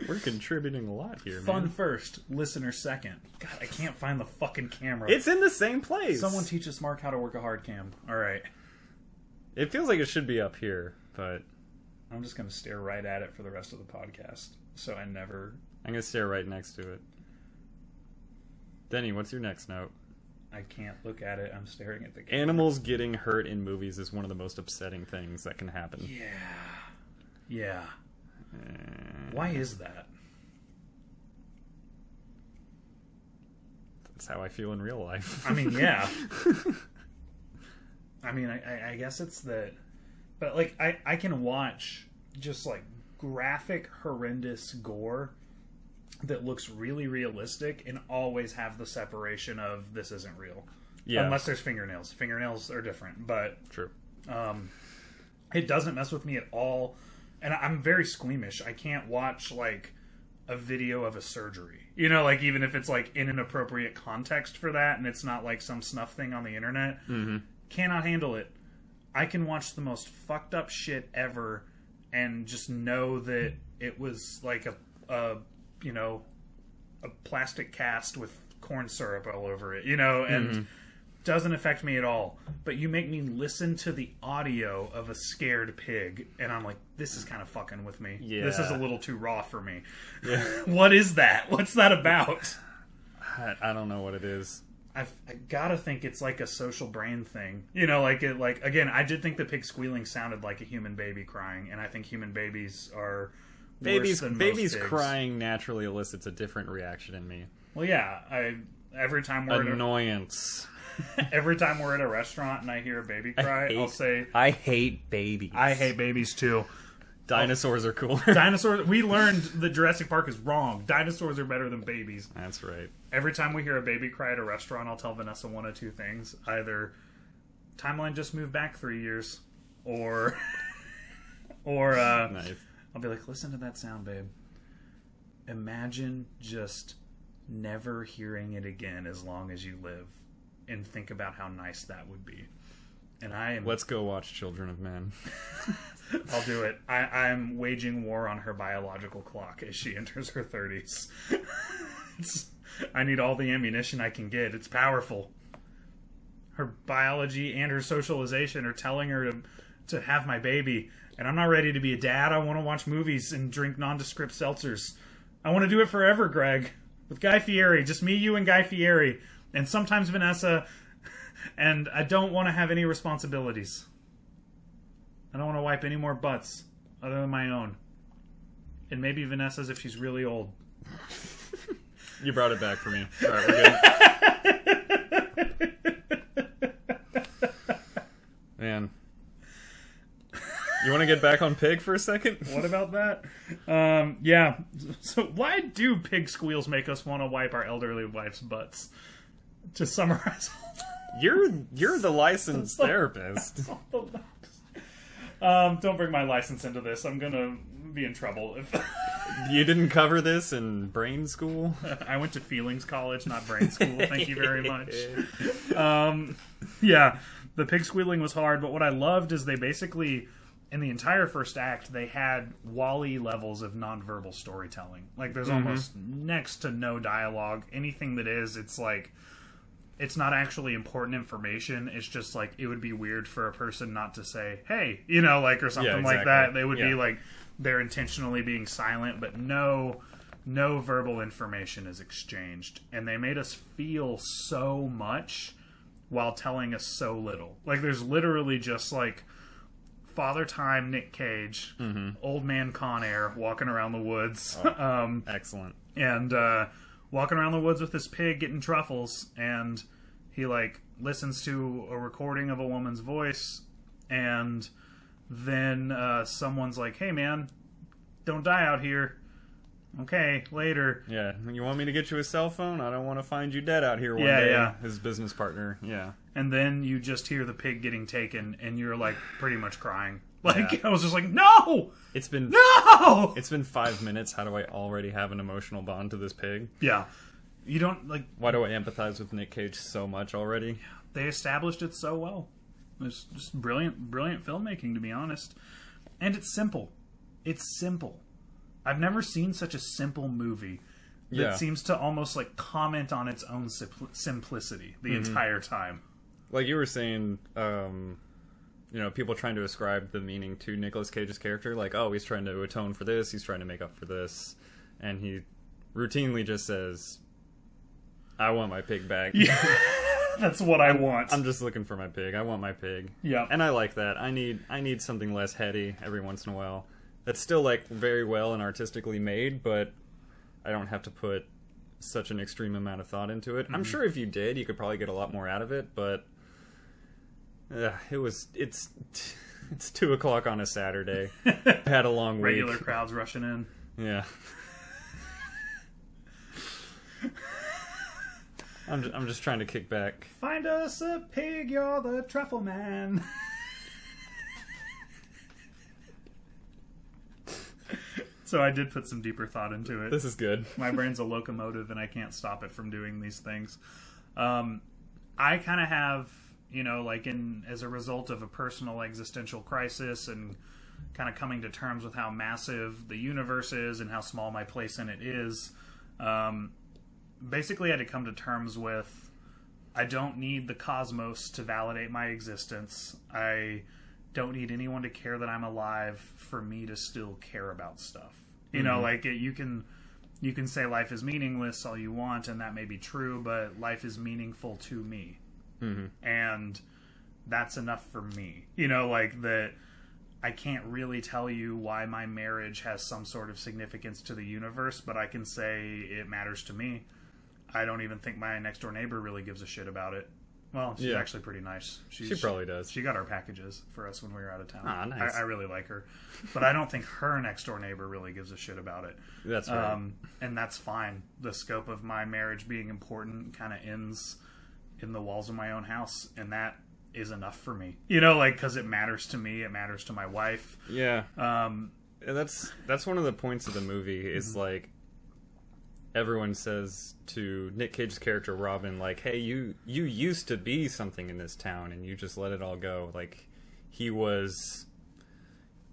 [SPEAKER 1] We're contributing a lot here,
[SPEAKER 2] Fun
[SPEAKER 1] man.
[SPEAKER 2] first, listener second. God, I can't find the fucking camera.
[SPEAKER 1] It's in the same place.
[SPEAKER 2] Someone teaches Mark how to work a hard cam. All right.
[SPEAKER 1] it feels like it should be up here, but
[SPEAKER 2] I'm just going to stare right at it for the rest of the podcast. So I never.
[SPEAKER 1] I'm gonna stare right next to it. Denny, what's your next note?
[SPEAKER 2] I can't look at it. I'm staring at the camera.
[SPEAKER 1] Animals getting hurt in movies is one of the most upsetting things that can happen.
[SPEAKER 2] Yeah. Yeah.
[SPEAKER 1] Eh,
[SPEAKER 2] Why is that?
[SPEAKER 1] That's how I feel in real life.
[SPEAKER 2] I mean, yeah. I mean, I, I, I guess it's that, but like I, I can watch just like graphic, horrendous gore that looks really realistic and always have the separation of this isn't real.
[SPEAKER 1] yeah,
[SPEAKER 2] Unless there's fingernails. Fingernails are different, but
[SPEAKER 1] true.
[SPEAKER 2] um, it doesn't mess with me at all. and I- I'm very squeamish. I can't watch like a video of a surgery. You know, like even if it's like in an appropriate context for that and it's not like some snuff thing on the internet, cannot handle it. I can watch the most fucked up shit ever and just know that it was like a, a you know, a plastic cast with corn syrup all over it, you know, and doesn't affect me at all. But you make me listen to the audio of a scared pig, and I'm like, this is kind of fucking with me. This is a
[SPEAKER 1] Yeah.
[SPEAKER 2] little too raw for me. what is that? What's that about?
[SPEAKER 1] I, I don't know what it is.
[SPEAKER 2] I've, I gotta think it's like a social brain thing, you know. Like it, like again, I did think the pig squealing sounded like a human baby crying, and I think human babies are worse
[SPEAKER 1] Babies,
[SPEAKER 2] than most
[SPEAKER 1] babies
[SPEAKER 2] pigs.
[SPEAKER 1] crying naturally elicits a different reaction in me.
[SPEAKER 2] Well, yeah, I every time we're at a-
[SPEAKER 1] Annoyance.
[SPEAKER 2] Every time we're at a restaurant and I hear a baby cry,
[SPEAKER 1] hate-
[SPEAKER 2] I'll say,
[SPEAKER 1] I hate babies.
[SPEAKER 2] "I hate babies too."
[SPEAKER 1] dinosaurs are cooler.
[SPEAKER 2] Dinosaurs. We learned that Jurassic Park is wrong. Dinosaurs are better than babies.
[SPEAKER 1] That's right.
[SPEAKER 2] Every time we hear a baby cry at a restaurant, I'll tell Vanessa one of two things: either timeline just moved back three years, or or uh,
[SPEAKER 1] Nice.
[SPEAKER 2] I'll be like, "Listen to that sound, babe. Imagine just never hearing it again as long as you live, and think about how nice that would be." And I am
[SPEAKER 1] Let's go watch Children of Men.
[SPEAKER 2] I'll do it. I, I'm waging war on her biological clock as she enters her 30s. It's- I need all the ammunition I can get. It's powerful. Her biology and her socialization are telling her to, to have my baby, and I'm not ready to be a dad. I want to watch movies and drink nondescript seltzers. I want to do it forever, Greg, with Guy Fieri. Just me, you, and Guy Fieri, and sometimes Vanessa. And I don't want to have any responsibilities. I don't want to wipe any more butts other than my own. And maybe Vanessa's if she's really old.
[SPEAKER 1] You brought it back for me. All right, we're good. Man. You want to get back on pig for a second?
[SPEAKER 2] What about that? Um, yeah. So why do pig squeals make us want to wipe our elderly wife's butts? To summarize
[SPEAKER 1] You're you're the licensed therapist.
[SPEAKER 2] all the um, don't bring my license into this. I'm gonna be in trouble. If
[SPEAKER 1] You didn't cover this in brain school.
[SPEAKER 2] I went to feelings college, not brain school. Thank you very much. um, yeah, the pig squealing was hard, but what I loved is they basically, in the entire first act, they had Wally levels of nonverbal storytelling. Like, there's
[SPEAKER 1] Mm-hmm.
[SPEAKER 2] almost next to no dialogue. Anything that is, it's like. It's not actually important information. It's just like it would be weird for a person not to say, "Hey," you know, like or something like
[SPEAKER 1] exactly.
[SPEAKER 2] that. They would be
[SPEAKER 1] Yeah.
[SPEAKER 2] like they're intentionally being silent, but no no verbal information is exchanged and they made us feel so much while telling us so little like there's literally just like father time nick cage old man con air walking around the woods um,
[SPEAKER 1] Excellent.
[SPEAKER 2] and uh, walking around the woods with his pig getting truffles and he like listens to a recording of a woman's voice and then uh, someone's like hey man don't die out here okay later
[SPEAKER 1] Yeah. You want me to get you a cell phone? I don't want to find you dead out here one
[SPEAKER 2] Yeah,
[SPEAKER 1] day.
[SPEAKER 2] yeah.
[SPEAKER 1] His business partner. Yeah.
[SPEAKER 2] and then you just hear the pig getting taken and you're like pretty much crying like i was just like no
[SPEAKER 1] It's been
[SPEAKER 2] no
[SPEAKER 1] it's been five minutes. How do I already have an emotional bond to this pig?
[SPEAKER 2] yeah you don't like
[SPEAKER 1] Why do I empathize with Nick Cage so much already?
[SPEAKER 2] they established it so well. It's just brilliant, brilliant filmmaking, to be honest. And it's simple. It's simple. I've never seen such a simple movie that
[SPEAKER 1] Yeah.
[SPEAKER 2] seems to almost like comment on its own simpl- simplicity the
[SPEAKER 1] Mm-hmm.
[SPEAKER 2] entire time.
[SPEAKER 1] Like you were saying, um, you know, people trying to ascribe the meaning to Nicolas Cage's character, like, oh, he's trying to atone for this, he's trying to make up for this, and he routinely just says, "I want my pig back.
[SPEAKER 2] That's what I want.
[SPEAKER 1] I'm just looking for my pig. I want my pig."
[SPEAKER 2] yeah,
[SPEAKER 1] and I like that. I need I need something less heady every once in a while. That's still like very well and artistically made, but I don't have to put such an extreme amount of thought into it.
[SPEAKER 2] Mm-hmm.
[SPEAKER 1] I'm sure if you did, you could probably get a lot more out of it, but uh, it was it's it's two o'clock on a Saturday. Had a long
[SPEAKER 2] regular
[SPEAKER 1] week.
[SPEAKER 2] crowds rushing in.
[SPEAKER 1] Yeah. I'm just, I'm just trying to kick back.
[SPEAKER 2] Find us a pig, you're the truffle man. So I did put some deeper thought into it.
[SPEAKER 1] This is good.
[SPEAKER 2] my brain's a locomotive and I can't stop it from doing these things. Um, I kind of have, you know, like in as a result of a personal existential crisis and kind of coming to terms with how massive the universe is and how small my place in it is. Um, basically, I had to come to terms with I don't need the cosmos to validate my existence. I don't need anyone to care that I'm alive for me to still care about stuff. You know, like it, you can you can say life is meaningless all you want and that may be true but life is meaningful to me
[SPEAKER 1] Mm-hmm.
[SPEAKER 2] and that's enough for me you know like that i can't really tell you why my marriage has some sort of significance to the universe but i can say it matters to me i don't even think my next door neighbor really gives a shit about it well she's
[SPEAKER 1] Yeah.
[SPEAKER 2] actually pretty nice she's,
[SPEAKER 1] She probably does.
[SPEAKER 2] she got our packages for us when we were out of town
[SPEAKER 3] Ah, nice.
[SPEAKER 2] I, I really like her but i don't think her next door neighbor really gives a shit about it
[SPEAKER 1] That's right.
[SPEAKER 2] um, and that's fine. The scope of my marriage being important kind of ends in the walls of my own house, and that is enough for me. You know, like because it matters to me, it matters to my wife.
[SPEAKER 1] yeah.
[SPEAKER 2] Um,
[SPEAKER 1] And that's that's one of the points of the movie is like everyone says to Nick Cage's character Robin like hey you you used to be something in this town and you just let it all go like he was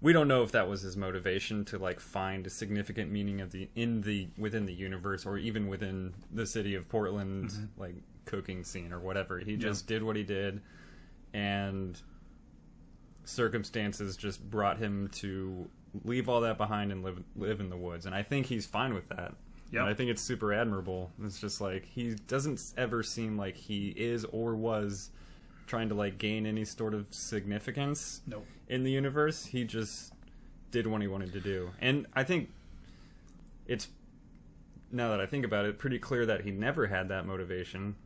[SPEAKER 1] we don't know if that was his motivation to like find a significant meaning of the in the within the universe or even within the city of Portland like cooking scene or whatever he just did what he did and circumstances just brought him to leave all that behind and live live in the woods. And I think he's fine with that. And
[SPEAKER 2] Yep.
[SPEAKER 1] I think it's super admirable. It's just like he doesn't ever seem like he is or was trying to like gain any sort of significance
[SPEAKER 2] nope.
[SPEAKER 1] in the universe. He just did what he wanted to do. And I think it's now that I think about it, pretty clear that he never had that motivation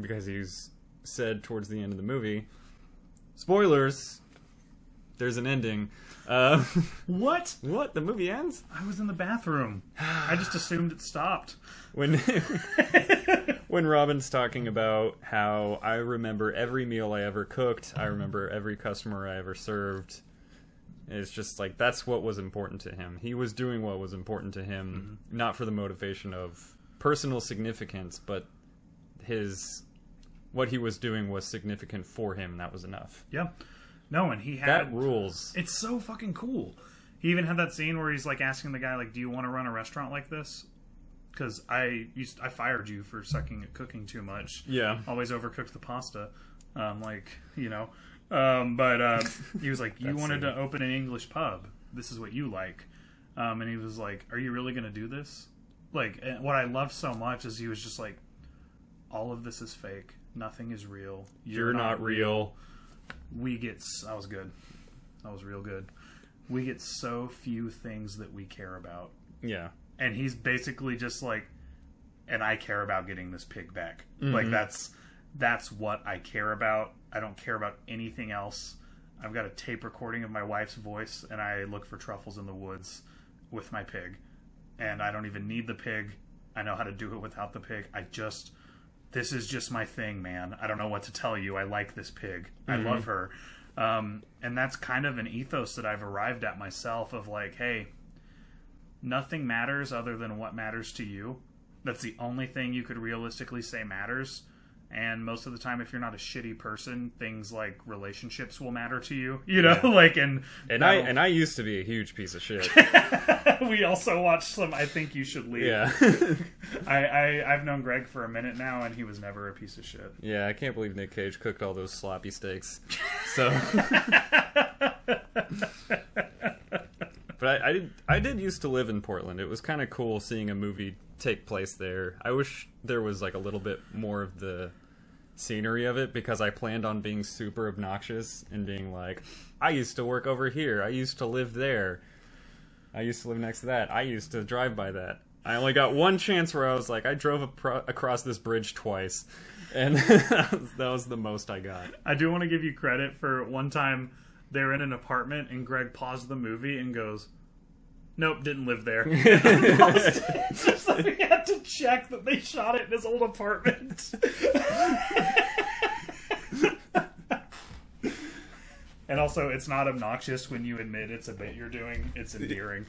[SPEAKER 1] because he's said towards the end of the movie, spoilers, there's an ending. Uh,
[SPEAKER 2] What?
[SPEAKER 1] what? The movie ends?
[SPEAKER 2] I was in the bathroom. I just assumed it stopped.
[SPEAKER 1] when when Robin's talking about how I remember every meal I ever cooked, I remember every customer I ever served. It's just like that's what was important to him. He was doing what was important to him, not for the motivation of personal significance, but his what he was doing was significant for him, and that was enough.
[SPEAKER 2] Yeah. No, and he had
[SPEAKER 1] That rules.
[SPEAKER 2] It's so fucking cool. He even had that scene where he's like asking the guy, like, "Do you want to run a restaurant like this?" Because I used, I fired you for sucking at cooking too much.
[SPEAKER 1] Yeah.
[SPEAKER 2] always overcooked the pasta, um, like you know. Um, but uh, he was like, "You wanted to open an English pub. This is what you like," um, and he was like, "Are you really going to do this?" Like, and what I loved so much is he was just like, "All of this is fake. Nothing is real.
[SPEAKER 1] You're not real.
[SPEAKER 2] We get. s- I was good. That was real good. We get so few things that we care about."
[SPEAKER 1] Yeah.
[SPEAKER 2] and he's basically just like and i care about getting this pig back like that's that's what i care about i don't care about anything else i've got a tape recording of my wife's voice and i look for truffles in the woods with my pig and i don't even need the pig i know how to do it without the pig i just this is just my thing man i don't know what to tell you i like this pig i
[SPEAKER 1] Mm-hmm.
[SPEAKER 2] love her um, and that's kind of an ethos that i've arrived at myself of like hey nothing matters other than what matters to you. That's the only thing you could realistically say matters. And most of the time, if you're not a shitty person, things like relationships will matter to you. You know, like and
[SPEAKER 1] And I and I used to be a huge piece of shit.
[SPEAKER 2] we also watched some. I think you should leave.
[SPEAKER 1] Yeah.
[SPEAKER 2] I, I I've known Greg for a minute now, and he was never a piece of shit.
[SPEAKER 1] yeah, I can't believe Nick Cage cooked all those sloppy steaks. So But I, I did. I did used to live in Portland. It was kind of cool seeing a movie take place there. I wish there was like a little bit more of the scenery of it because I planned on being super obnoxious and being like, I used to work over here. I used to live there. I used to live next to that. I used to drive by that. I only got one chance where I was like, I drove apro- across this bridge twice, and that was the most I got.
[SPEAKER 2] I do want to give you credit for one time they're in an apartment and Greg paused the movie and goes, Nope, didn't live there. Paused it. so we had to check that they shot it in his old apartment. and also, it's not obnoxious when you admit it's a bit you're doing, it's endearing.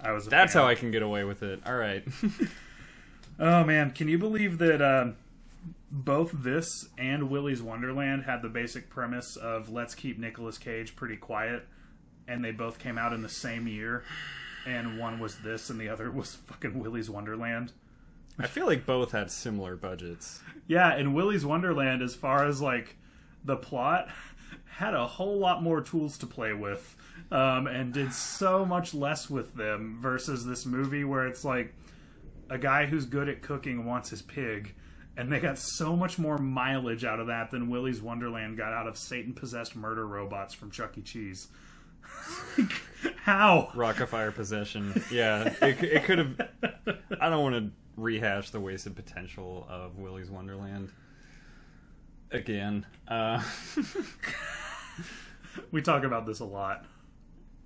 [SPEAKER 2] I was. A
[SPEAKER 1] That's
[SPEAKER 2] fan.
[SPEAKER 1] how I can get away with it. All right.
[SPEAKER 2] Oh man, can you believe that um both this and Willy's Wonderland had the basic premise of let's keep Nicolas Cage pretty quiet, and they both came out in the same year, and one was this and the other was fucking Willy's Wonderland.
[SPEAKER 1] I feel like both had similar budgets.
[SPEAKER 2] Yeah, and Willy's Wonderland, as far as like the plot, had a whole lot more tools to play with, um, and did so much less with them versus this movie where it's like a guy who's good at cooking wants his pig, and they got so much more mileage out of that than Willy's Wonderland got out of Satan possessed murder robots from Chuck E. Cheese. How?
[SPEAKER 1] Rockafire possession. Yeah, it, c- it could have. I don't want to rehash the wasted potential of Willy's Wonderland again. Uh,
[SPEAKER 2] We talk about this a lot.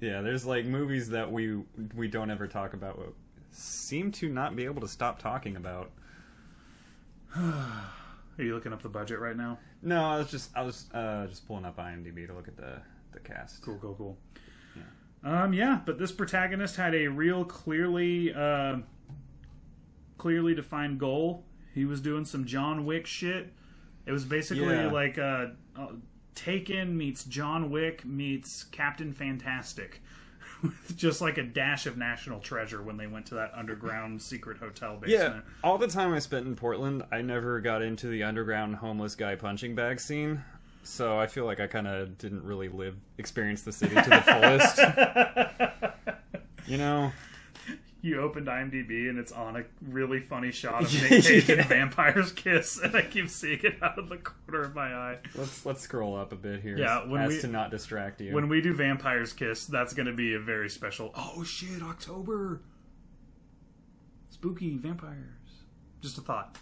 [SPEAKER 1] yeah, there's like movies that we we don't ever talk about, but seem to not be able to stop talking about.
[SPEAKER 2] Are you looking up the budget right now?
[SPEAKER 1] No, I was just I was uh, just pulling up IMDb to look at the the cast.
[SPEAKER 2] Cool, cool, cool. Um, yeah, but this protagonist had a real clearly, uh, clearly defined goal. He was doing some John Wick shit. It was basically
[SPEAKER 1] Yeah.
[SPEAKER 2] like uh, uh, Taken meets John Wick meets Captain Fantastic, with just like a dash of National Treasure when they went to that underground secret hotel
[SPEAKER 1] Yeah,
[SPEAKER 2] basement.
[SPEAKER 1] all the time I spent in Portland, I never got into the underground homeless guy punching bag scene. So I feel like I kind of didn't really live experience the city to the fullest. You know,
[SPEAKER 2] You opened IMDb and it's on a really funny shot of Nick Cage and Vampire's Kiss, and I keep seeing it out of the corner of my eye.
[SPEAKER 1] let's let's scroll up a bit here.
[SPEAKER 2] Yeah, when
[SPEAKER 1] as
[SPEAKER 2] we-
[SPEAKER 1] to not distract you.
[SPEAKER 2] When we do Vampire's Kiss, that's going to be a very special. Oh shit, October. Spooky vampires. Just a thought.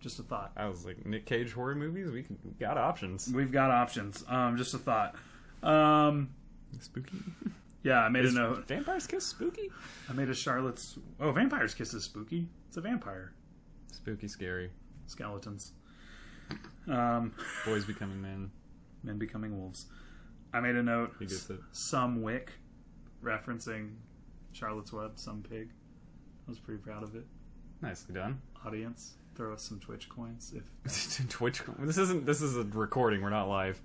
[SPEAKER 2] Just a thought.
[SPEAKER 1] I was like Nick Cage horror movies. We, can, we got options.
[SPEAKER 2] We've got options. Um, just a thought. Um,
[SPEAKER 1] Spooky.
[SPEAKER 2] yeah, I made a note.
[SPEAKER 1] Vampires kiss spooky.
[SPEAKER 2] I made a Charlotte's. Oh, Vampire's Kiss is spooky. It's a vampire.
[SPEAKER 1] Spooky, scary.
[SPEAKER 2] Skeletons. Um,
[SPEAKER 1] Boys becoming men.
[SPEAKER 2] men becoming wolves. I made a note.
[SPEAKER 1] He gets it.
[SPEAKER 2] Some wick, referencing Charlotte's Web. Some pig. I was pretty proud of it.
[SPEAKER 1] Nicely done.
[SPEAKER 2] audience throw us some twitch coins if
[SPEAKER 1] Twitch. This isn't. This is a recording. We're not live.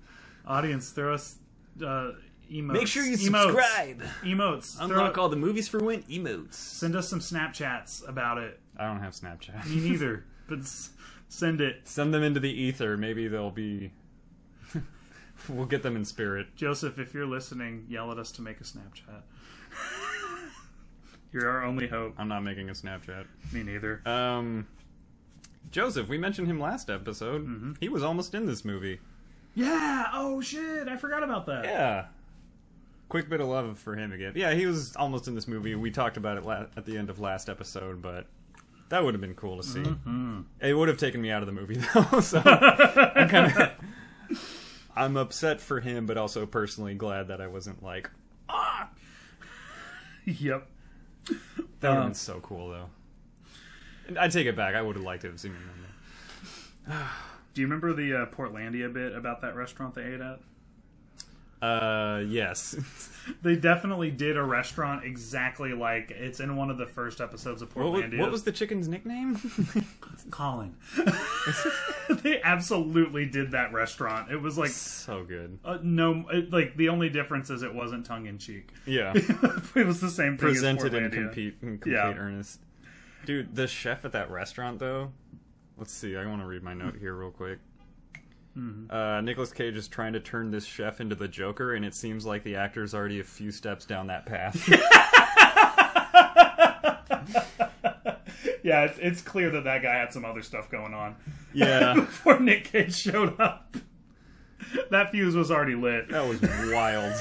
[SPEAKER 2] audience throw us uh emotes emotes.
[SPEAKER 1] subscribe.
[SPEAKER 2] emotes
[SPEAKER 1] Unlock
[SPEAKER 2] throw,
[SPEAKER 1] all the movies for win emotes.
[SPEAKER 2] send us some snapchats about it
[SPEAKER 1] I don't have Snapchat.
[SPEAKER 2] me neither but s- send it
[SPEAKER 1] Send them into the ether. Maybe they'll be. we'll get them in spirit.
[SPEAKER 2] joseph if you're listening yell at us to make a snapchat you're our only hope
[SPEAKER 1] I'm not making a Snapchat.
[SPEAKER 2] me neither
[SPEAKER 1] Um, Joseph, we mentioned him last episode. He was almost in this movie.
[SPEAKER 2] yeah oh shit i forgot about that
[SPEAKER 1] Yeah. Quick bit of love for him again. Yeah, he was almost in this movie. We talked about it la- at the end of last episode, but that would have been cool to see. It would have taken me out of the movie though, so I'm kind of I'm upset for him, but also personally glad that I wasn't like
[SPEAKER 2] yep
[SPEAKER 1] That would have
[SPEAKER 2] Um,
[SPEAKER 1] been so cool, though. And I take it back. I would have liked to have seen him in there.
[SPEAKER 2] do you remember the uh, portlandia bit about that restaurant they ate at
[SPEAKER 1] Uh, yes.
[SPEAKER 2] They definitely did a restaurant exactly like it's in one of the first episodes of
[SPEAKER 1] What,
[SPEAKER 2] Portlandia.
[SPEAKER 1] was- what was the chicken's nickname?
[SPEAKER 2] Colin? they absolutely did that restaurant. It was like
[SPEAKER 1] so good.
[SPEAKER 2] uh, no, it, like the only difference is it wasn't tongue in cheek.
[SPEAKER 1] Yeah.
[SPEAKER 2] it was the same thing
[SPEAKER 1] Presented
[SPEAKER 2] as
[SPEAKER 1] in
[SPEAKER 2] Portlandia.
[SPEAKER 1] compete in complete
[SPEAKER 2] Yeah.
[SPEAKER 1] earnest. Dude, the chef at that restaurant, though. Let's see. I want to read my note here real quick. Uh, Nicholas Cage is trying to turn this chef into the Joker, and it seems like the actor's already a few steps down that path.
[SPEAKER 2] Yeah, it's, it's clear that that guy had some other stuff going on
[SPEAKER 1] yeah,
[SPEAKER 2] before Nick Cage showed up. that fuse was already lit.
[SPEAKER 1] that was wild.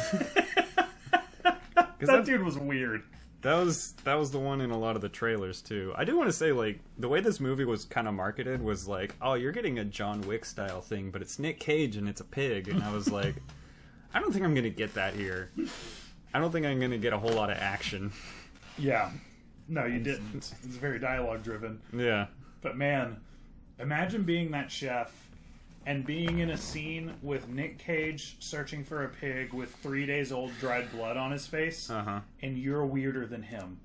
[SPEAKER 1] 'Cause
[SPEAKER 2] That
[SPEAKER 1] that's-
[SPEAKER 2] dude was weird.
[SPEAKER 1] That was that was the one in a lot of the trailers too. I do want to say like the way this movie was kind of marketed was like, oh, you're getting a John Wick style thing, but it's Nick Cage and it's a pig, and I was like, I don't think I'm gonna get that here. I don't think I'm gonna get a whole lot of action.
[SPEAKER 2] Yeah. No, you didn't. It's very dialogue driven.
[SPEAKER 1] Yeah,
[SPEAKER 2] But man, imagine being that chef and being in a scene with Nick Cage searching for a pig with three days old dried blood on his face,
[SPEAKER 1] uh huh.
[SPEAKER 2] and you're weirder than him.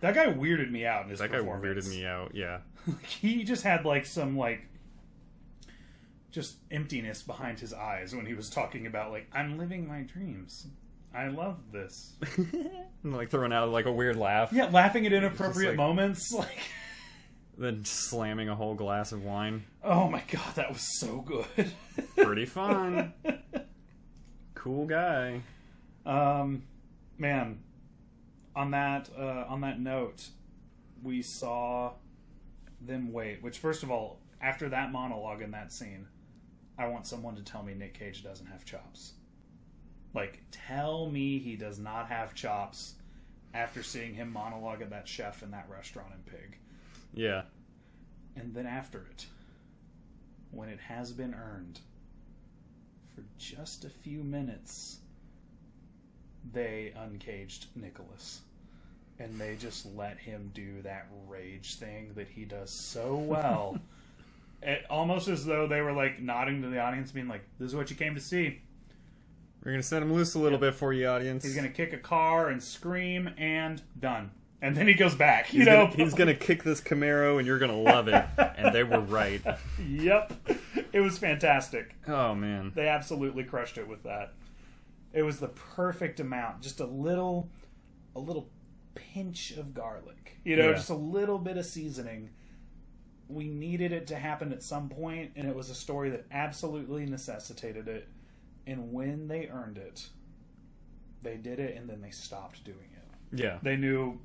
[SPEAKER 2] That guy weirded me out in his
[SPEAKER 1] That guy
[SPEAKER 2] performance.
[SPEAKER 1] weirded me out. Yeah.
[SPEAKER 2] Like, he just had like some like just emptiness behind his eyes when he was talking about like I'm living my dreams. I love this.
[SPEAKER 1] And, like throwing out like a weird laugh,
[SPEAKER 2] Yeah, laughing at inappropriate
[SPEAKER 1] like-
[SPEAKER 2] moments. Like,
[SPEAKER 1] then slamming a whole glass of wine.
[SPEAKER 2] oh my god, that was so good.
[SPEAKER 1] Pretty fun. cool guy.
[SPEAKER 2] Um, man, on that uh, on that note, we saw them wait. Which, first of all, after that monologue in that scene, I want someone to tell me Nick Cage doesn't have chops. Like, tell me he does not have chops after seeing him monologue at that chef in that restaurant in Pig,
[SPEAKER 1] Yeah.
[SPEAKER 2] and then after it, when it has been earned, for just a few minutes they uncaged Nicholas. And they just let him do that rage thing that he does so well. it, almost as though they were like nodding to the audience, being like, This is what you came to see.
[SPEAKER 1] We're gonna set him loose a little bit for you, audience.
[SPEAKER 2] He's going to kick a car and scream, and done. And then he goes back. You
[SPEAKER 1] He's
[SPEAKER 2] know,
[SPEAKER 1] gonna, he's gonna kick this Camaro, and you're gonna love it. and they were right.
[SPEAKER 2] yep. It was fantastic.
[SPEAKER 1] Oh man.
[SPEAKER 2] They absolutely crushed it with that. It was the perfect amount, just a little, a little pinch of garlic, you know,
[SPEAKER 1] Yeah.
[SPEAKER 2] just a little bit of seasoning. We needed it to happen at some point, and it was a story that absolutely necessitated it. And when they earned it, they did it, and then they stopped doing it.
[SPEAKER 1] Yeah.
[SPEAKER 2] They knew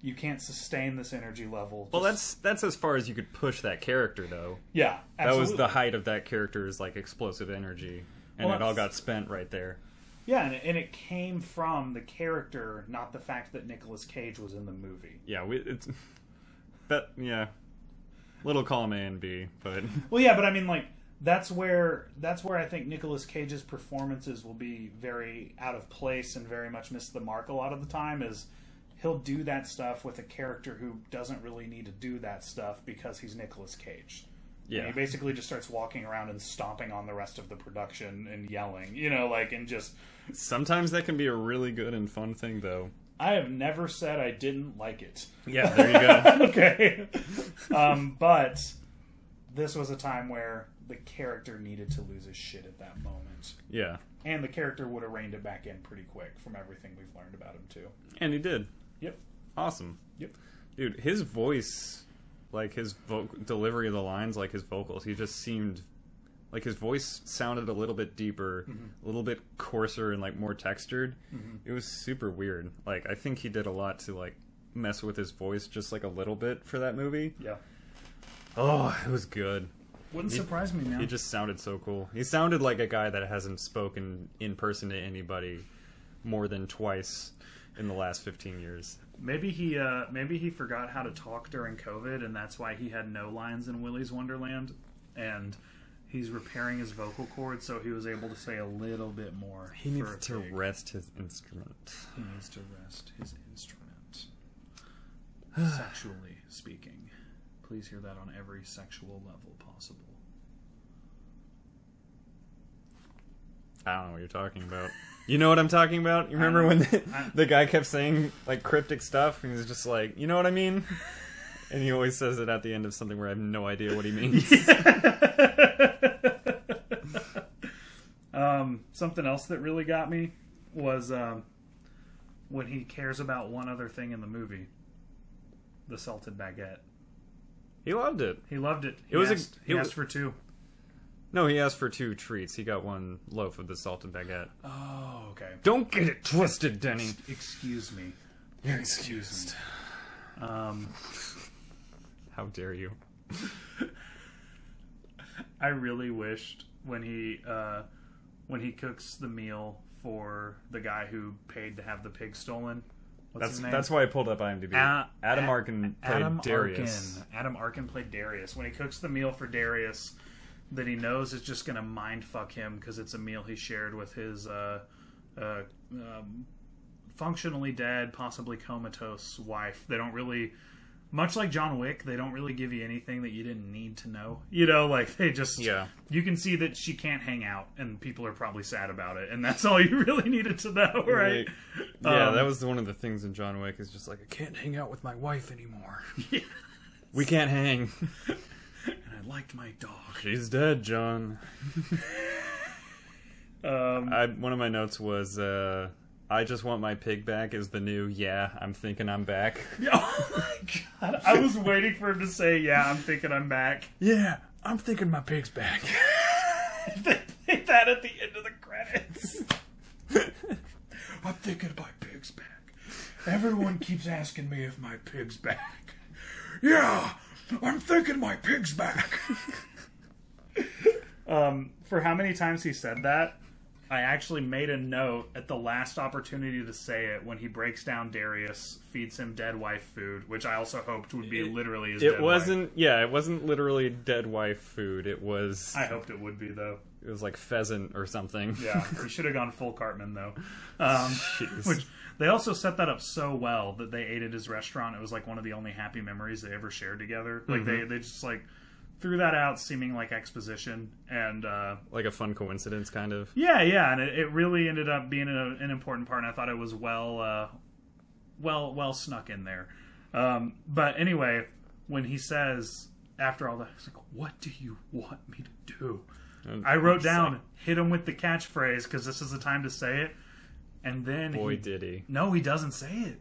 [SPEAKER 2] you can't sustain this energy level.
[SPEAKER 1] Well,
[SPEAKER 2] Just-
[SPEAKER 1] that's that's as far as you could push that character, though.
[SPEAKER 2] yeah,
[SPEAKER 1] That
[SPEAKER 2] absolutely.
[SPEAKER 1] was the height of that character's like explosive energy, and
[SPEAKER 2] Well,
[SPEAKER 1] it all
[SPEAKER 2] that's-
[SPEAKER 1] got spent right there.
[SPEAKER 2] Yeah, and it, and it came from the character, not the fact that Nicolas Cage was in the movie.
[SPEAKER 1] Yeah, we it's that yeah, little column A and B, but
[SPEAKER 2] Well, yeah, but I mean, like that's where that's where I think Nicolas Cage's performances will be very out of place and very much miss the mark a lot of the time. Is he'll do that stuff with a character who doesn't really need to do that stuff because he's Nicolas Cage. And
[SPEAKER 1] yeah,
[SPEAKER 2] he basically just starts walking around and stomping on the rest of the production and yelling, you know, like and just.
[SPEAKER 1] sometimes that can be a really good and fun thing, though.
[SPEAKER 2] I have never said I didn't like it.
[SPEAKER 1] Yeah, there you go.
[SPEAKER 2] okay. Um, but this was a time where the character needed to lose his shit at that moment.
[SPEAKER 1] yeah,
[SPEAKER 2] And the character would have reined it back in pretty quick from everything we've learned about him, too.
[SPEAKER 1] and he did
[SPEAKER 2] Yep.
[SPEAKER 1] awesome,
[SPEAKER 2] Yep.
[SPEAKER 1] dude. His voice, like his vo- delivery of the lines, like his vocals, he just seemed like his voice sounded a little bit deeper, a little bit coarser, and like more textured. It was super weird. Like I think he did a lot to like mess with his voice just like a little bit for that movie.
[SPEAKER 2] Yeah.
[SPEAKER 1] Oh, it was good.
[SPEAKER 2] Wouldn't surprise me, man.
[SPEAKER 1] He just sounded so cool. He sounded like a guy that hasn't spoken in person to anybody more than twice in the last 15 years.
[SPEAKER 2] Maybe he uh, maybe he forgot how to talk during COVID, and that's why he had no lines in Willy's Wonderland. And he's repairing his vocal cords, so he was able to say a little bit more.
[SPEAKER 1] He needs
[SPEAKER 2] a
[SPEAKER 1] to
[SPEAKER 2] pig.
[SPEAKER 1] rest his instrument.
[SPEAKER 2] He needs to rest his instrument. Sexually speaking. Please hear that on every sexual level possible.
[SPEAKER 1] I don't know what you're talking about. You know what I'm talking about? You remember when the, the guy kept saying like cryptic stuff and he was just like, "You know what I mean?" And he always says it at the end of something where I have no idea what he means.
[SPEAKER 2] um, something else that really got me was um, when he cares about one other thing in the movie the salted baguette.
[SPEAKER 1] He loved it.
[SPEAKER 2] He loved it. He
[SPEAKER 1] It was a-
[SPEAKER 2] asked,
[SPEAKER 1] it
[SPEAKER 2] he
[SPEAKER 1] was-
[SPEAKER 2] asked for two.
[SPEAKER 1] No, he asked for two treats. He got one loaf of the salted baguette.
[SPEAKER 2] Oh, okay.
[SPEAKER 1] Don't get it twisted, Denny.
[SPEAKER 2] Excuse me.
[SPEAKER 1] You're excused.
[SPEAKER 2] Um,
[SPEAKER 1] How dare you?
[SPEAKER 2] I really wished when he uh, when he cooks the meal for the guy who paid to have the pig stolen. What's
[SPEAKER 1] That's
[SPEAKER 2] his name?
[SPEAKER 1] that's why I pulled up IMDb.
[SPEAKER 2] A-
[SPEAKER 1] Adam
[SPEAKER 2] A-
[SPEAKER 1] Arkin played
[SPEAKER 2] Adam
[SPEAKER 1] Darius.
[SPEAKER 2] Arkin. Adam Arkin played Darius. When he cooks the meal for Darius, that he knows is just gonna mind fuck him because it's a meal he shared with his uh, uh, um, functionally dead, possibly comatose wife. They don't really much like John Wick, they don't really give you anything that you didn't need to know. You know, like they just
[SPEAKER 1] Yeah.
[SPEAKER 2] You can see that she can't hang out, and people are probably sad about it, and that's all you really needed to know, right?
[SPEAKER 1] Yeah,
[SPEAKER 2] Um,
[SPEAKER 1] that was one of the things in John Wick is just like I can't hang out with my wife anymore. We can't hang.
[SPEAKER 2] And I liked my dog.
[SPEAKER 1] She's dead, John.
[SPEAKER 2] Um,
[SPEAKER 1] I, one of my notes was uh, I just want my pig back is the new yeah, I'm thinking I'm back.
[SPEAKER 2] oh my god! I was waiting for him to say, "Yeah, I'm thinking I'm back."
[SPEAKER 1] Yeah, I'm thinking my pig's back.
[SPEAKER 2] they play that at the end of the credits. I'm thinking my pig's back. Everyone keeps asking me if my pig's back. Yeah, I'm thinking my pig's back. um, for how many times he said that, I actually made a note at the last opportunity to say it when he breaks down Darius, feeds him dead wife food, which I also hoped would be literally his dead
[SPEAKER 1] It
[SPEAKER 2] wife.
[SPEAKER 1] wasn't yeah, it wasn't literally dead wife food. It was
[SPEAKER 2] I hoped it would be, though.
[SPEAKER 1] it was like pheasant or something.
[SPEAKER 2] Yeah, he should have gone full Cartman though. Um, which they also set that up so well that they ate at his restaurant. It was like one of the only happy memories they ever shared together. Like they they just like threw that out, seeming like exposition, and uh,
[SPEAKER 1] Like a fun coincidence kind of.
[SPEAKER 2] yeah, yeah, and it, it really ended up being a, an important part. And I thought it was well, uh, well, well snuck in there. Um, but anyway, when he says after all that, he's like, "What do you want me to do?"
[SPEAKER 1] And
[SPEAKER 2] I wrote
[SPEAKER 1] it's
[SPEAKER 2] down
[SPEAKER 1] like,
[SPEAKER 2] hit him with the catchphrase because this is the time to say it. And then
[SPEAKER 1] boy
[SPEAKER 2] he,
[SPEAKER 1] did he.
[SPEAKER 2] no, he doesn't say it.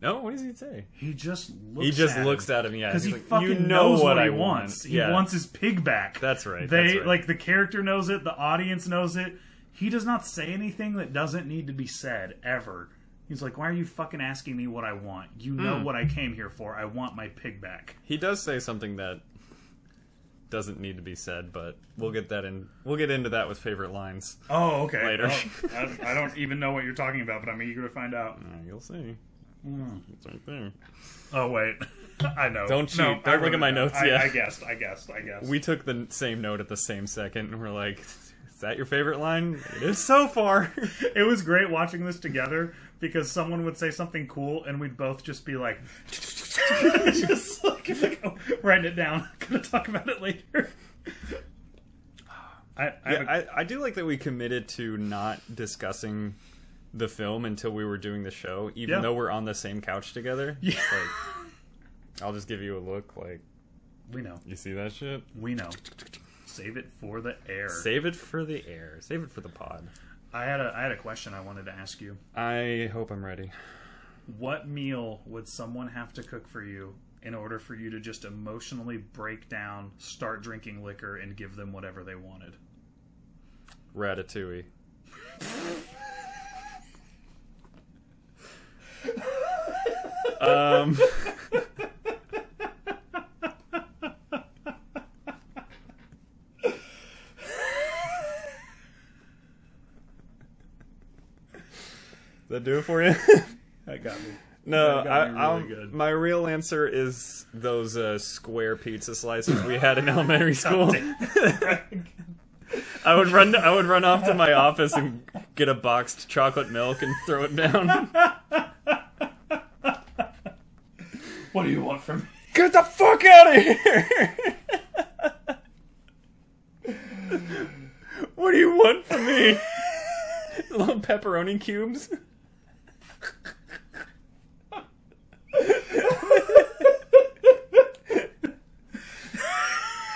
[SPEAKER 1] No, what does he say?
[SPEAKER 2] He just looks.
[SPEAKER 1] He just
[SPEAKER 2] at
[SPEAKER 1] looks
[SPEAKER 2] him.
[SPEAKER 1] at him, yeah.
[SPEAKER 2] because
[SPEAKER 1] he's
[SPEAKER 2] he
[SPEAKER 1] like,
[SPEAKER 2] fucking
[SPEAKER 1] you know
[SPEAKER 2] knows
[SPEAKER 1] what,
[SPEAKER 2] what,
[SPEAKER 1] I
[SPEAKER 2] he
[SPEAKER 1] want.
[SPEAKER 2] wants.
[SPEAKER 1] Yeah.
[SPEAKER 2] He wants his pig back.
[SPEAKER 1] That's right,
[SPEAKER 2] They
[SPEAKER 1] that's right.
[SPEAKER 2] like the character knows it. The audience knows it. He does not say anything that doesn't need to be said ever. He's like, "Why are you fucking asking me what I want? You know what I came here for. I want my pig back."
[SPEAKER 1] He does say something that doesn't need to be said, but we'll get that in. We'll get into that with favorite lines.
[SPEAKER 2] Oh, okay.
[SPEAKER 1] Later.
[SPEAKER 2] Oh, I, I don't even know what you're talking about, but I'm eager to find out.
[SPEAKER 1] Uh, you'll see.
[SPEAKER 2] hmm.
[SPEAKER 1] It's right there.
[SPEAKER 2] Oh wait, I know.
[SPEAKER 1] Don't
[SPEAKER 2] No,
[SPEAKER 1] cheat. Don't
[SPEAKER 2] I
[SPEAKER 1] look
[SPEAKER 2] wrote
[SPEAKER 1] at my
[SPEAKER 2] it down.
[SPEAKER 1] notes
[SPEAKER 2] I,
[SPEAKER 1] yet.
[SPEAKER 2] I guessed. I guessed. I guessed.
[SPEAKER 1] We took the same note at the same second, and we're like, "Is that your favorite line?" It is so far.
[SPEAKER 2] it was great watching this together because someone would say something cool and we'd both just be like, just like, like, oh, writing it down. Gonna talk about it later. I, I, have a-
[SPEAKER 1] I, I do like that we committed to not discussing the film until we were doing the show, even
[SPEAKER 2] Yeah.
[SPEAKER 1] though we're on the same couch together.
[SPEAKER 2] Yeah.
[SPEAKER 1] It's like, I'll just give you a look, like
[SPEAKER 2] we know.
[SPEAKER 1] you see that shit.
[SPEAKER 2] We know. Save it for the air.
[SPEAKER 1] Save it for the air. Save it for the pod.
[SPEAKER 2] I had a I had a question I wanted to ask you.
[SPEAKER 1] I hope I'm ready.
[SPEAKER 2] What meal would someone have to cook for you in order for you to just emotionally break down, start drinking liquor, and give them whatever they wanted?
[SPEAKER 1] Ratatouille. um, Does that do it for you?
[SPEAKER 2] That got me.
[SPEAKER 1] no,
[SPEAKER 2] That
[SPEAKER 1] I,
[SPEAKER 2] got me
[SPEAKER 1] I'll-
[SPEAKER 2] really good.
[SPEAKER 1] my real answer is those uh, square pizza slices we had in elementary school. I would run. I would run off to my office and get a boxed chocolate milk and throw it down.
[SPEAKER 2] What do you want from me?
[SPEAKER 1] Get the fuck out of here! what do you want from me? Little pepperoni cubes.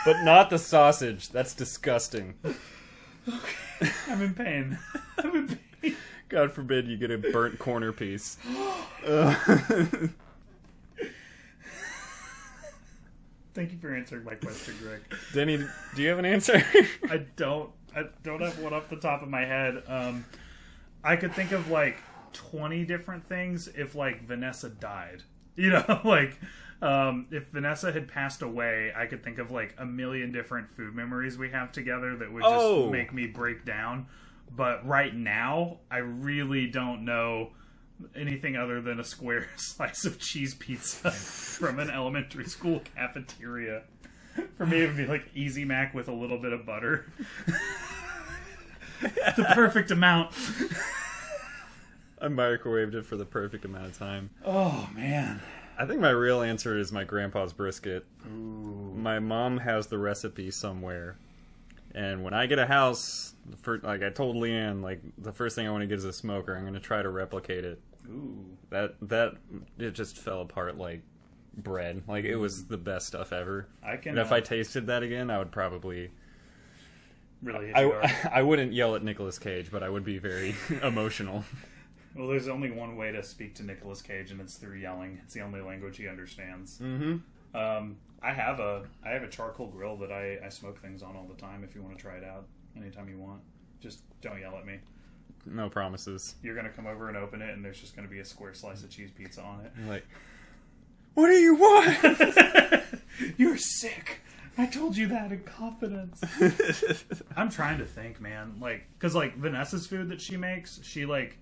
[SPEAKER 1] but not the sausage. That's disgusting.
[SPEAKER 2] I'm in pain. I'm in pain.
[SPEAKER 1] God forbid you get a burnt corner piece.
[SPEAKER 2] Thank you for answering my question, Greg.
[SPEAKER 1] Denny, do you have an answer?
[SPEAKER 2] I don't. I don't have one off the top of my head. Um, I could think of like 20 different things if like Vanessa died. You know, like um, if Vanessa had passed away, I could think of like a million different food memories we have together that would just
[SPEAKER 1] Oh.
[SPEAKER 2] make me break down. But right now, I really don't know anything other than a square slice of cheese pizza from an elementary school cafeteria. For me, it would be like Easy Mac with a little bit of butter. the perfect amount.
[SPEAKER 1] I microwaved it for the perfect amount of time.
[SPEAKER 2] Oh man.
[SPEAKER 1] I think my real answer is my grandpa's brisket.
[SPEAKER 4] Ooh.
[SPEAKER 1] My mom has the recipe somewhere, and when I get a house, the first, like I told Leanne, like the first thing I want to get is a smoker. I'm going to try to replicate it.
[SPEAKER 4] Ooh.
[SPEAKER 1] That that it just fell apart like bread. Like it was the best stuff ever.
[SPEAKER 2] I can.
[SPEAKER 1] And if I
[SPEAKER 2] uh,
[SPEAKER 1] tasted that again, I would probably
[SPEAKER 2] really, hit
[SPEAKER 1] I,
[SPEAKER 2] you hard.
[SPEAKER 1] I wouldn't yell at Nicolas Cage, but I would be very emotional.
[SPEAKER 2] Well, there's only one way to speak to Nicolas Cage, and it's through yelling. It's the only language he understands.
[SPEAKER 1] Mm-hmm.
[SPEAKER 2] Um, I have a I have a charcoal grill that I, I smoke things on all the time. If you want to try it out, anytime you want, just don't yell at me.
[SPEAKER 1] No promises.
[SPEAKER 2] You're gonna come over and open it, and there's just gonna be a square slice of cheese pizza on it.
[SPEAKER 1] Like, what do you want?
[SPEAKER 2] You're sick. I told you that in confidence. I'm trying to think, man. Like, cause like Vanessa's food that she makes, she like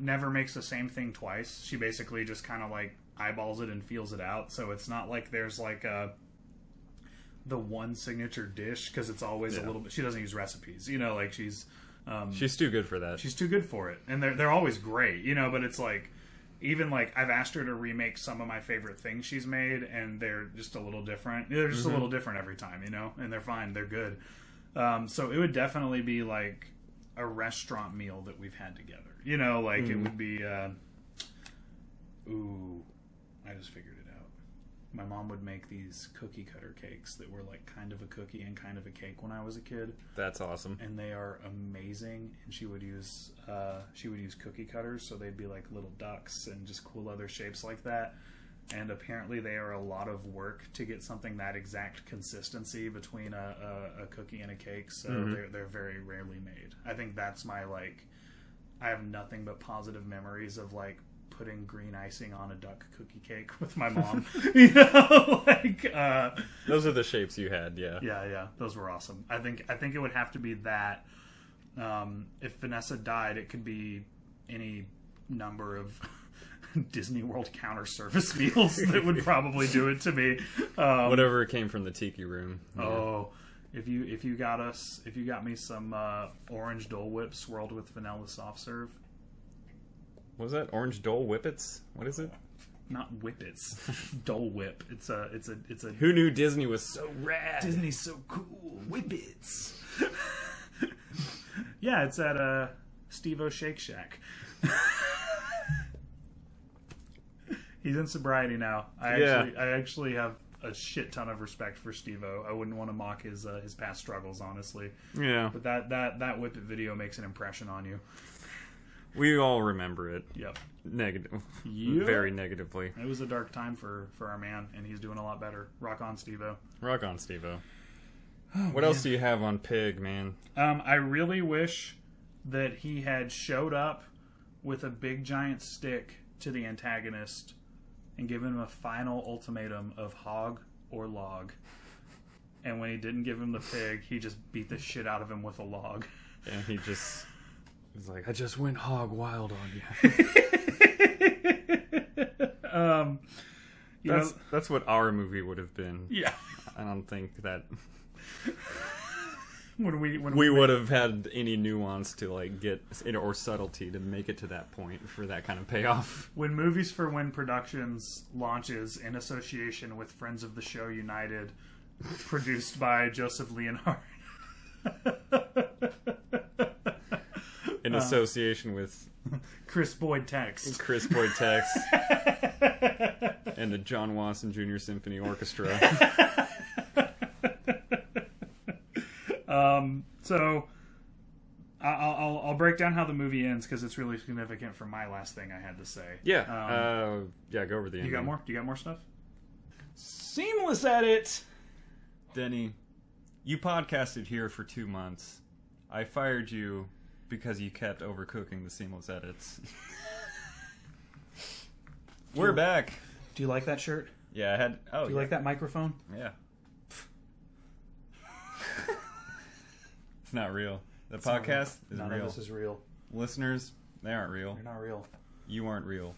[SPEAKER 2] never makes the same thing twice. She basically just kind of like eyeballs it and feels it out. So it's not like there's like a the one signature dish because it's always a
[SPEAKER 1] Yeah.
[SPEAKER 2] little bit. She doesn't use recipes, you know. Like she's um,
[SPEAKER 1] She's too good for that.
[SPEAKER 2] she's too good for it, and they're they're always great, you know. But it's like even like I've asked her to remake some of my favorite things she's made, and they're just a little different. They're just a little different every time, you know. And they're fine. They're good. Um, so it would definitely be like a restaurant meal that we've had together, you know. Like it would be. Uh, ooh, I just figured it out. My mom would make these cookie cutter cakes that were like kind of a cookie and kind of a cake when I was a kid
[SPEAKER 1] That's awesome.
[SPEAKER 2] and they are amazing. And she would use uh, she would use cookie cutters, so they'd be like little ducks and just cool other shapes like that. And apparently, they are a lot of work to get something that exact consistency between a, a, a cookie and a cake. So they're they're very rarely made. I think that's my like. I have nothing but positive memories of like putting green icing on a duck cookie cake with my mom. you know, like. Uh,
[SPEAKER 1] Those are the shapes you had, yeah.
[SPEAKER 2] yeah, yeah, those were awesome. I think I think it would have to be that. Um, if Vanessa died, it could be any number of Disney World counter service meals that would probably do it to me. Um,
[SPEAKER 1] Whatever came from the tiki room.
[SPEAKER 2] Oh, if you if you got us if you got me some uh, orange Dole Whip swirled with vanilla soft serve,
[SPEAKER 1] What was that orange Dole whippets? What is it?
[SPEAKER 2] not whippets, Dole Whip. It's a it's a it's a
[SPEAKER 1] Who knew Disney was so rad?
[SPEAKER 2] Disney's so cool. Whippets. yeah, it's at uh, Steve O's Shake Shack. He's in sobriety now. I
[SPEAKER 1] Yeah.
[SPEAKER 2] actually, I actually have a shit ton of respect for Steve O. I wouldn't want to mock his uh, his past struggles, honestly.
[SPEAKER 1] Yeah,
[SPEAKER 2] But that that that Whippet video makes an impression on you.
[SPEAKER 1] we all remember it
[SPEAKER 2] Yep.
[SPEAKER 1] negative,
[SPEAKER 2] Yeah.
[SPEAKER 1] very negatively.
[SPEAKER 2] It was a dark time for for our man, and he's doing a lot better. Rock on, Steve O.
[SPEAKER 1] Rock on, Stevo. what else do you have on Pig, man?
[SPEAKER 2] Um, I really wish that he had showed up with a big giant stick to the antagonist and given him a final ultimatum of hog or log. And when he didn't give him the pig, he just beat the shit out of him with a log.
[SPEAKER 1] And he just he's like, I just went hog wild on you.
[SPEAKER 2] um, you know-
[SPEAKER 1] that's that's what our movie would have been.
[SPEAKER 2] yeah.
[SPEAKER 1] I don't think that
[SPEAKER 2] When we when
[SPEAKER 1] we would have had any nuance to like get or subtlety to make it to that point for that kind of payoff.
[SPEAKER 2] When Movies for Win Productions launches in association with Friends of the Show United, produced by Joseph Leonhard.
[SPEAKER 1] In association with
[SPEAKER 2] Chris Boyd text.
[SPEAKER 1] Chris Boyd Tex and the John Wasson Jr. Symphony Orchestra.
[SPEAKER 2] Um, so I- I'll, I'll, I'll break down how the movie ends because it's really significant for my last thing I had to say.
[SPEAKER 1] Yeah.
[SPEAKER 2] Um,
[SPEAKER 1] uh, yeah, go over the
[SPEAKER 2] you
[SPEAKER 1] ending.
[SPEAKER 2] got more? Do you got more stuff? Seamless edit.
[SPEAKER 1] Denny, you podcasted here for two months. I fired you because you kept overcooking the seamless edits. We're back.
[SPEAKER 2] Do you like that shirt?
[SPEAKER 1] Yeah, I had. Oh,
[SPEAKER 2] Do you
[SPEAKER 1] yeah.
[SPEAKER 2] like that microphone?
[SPEAKER 1] Yeah. it's not real. The
[SPEAKER 2] None of-
[SPEAKER 1] podcast is
[SPEAKER 2] None
[SPEAKER 1] real.
[SPEAKER 2] of this is real.
[SPEAKER 1] Listeners, they aren't real.
[SPEAKER 2] You're not real.
[SPEAKER 1] You aren't real.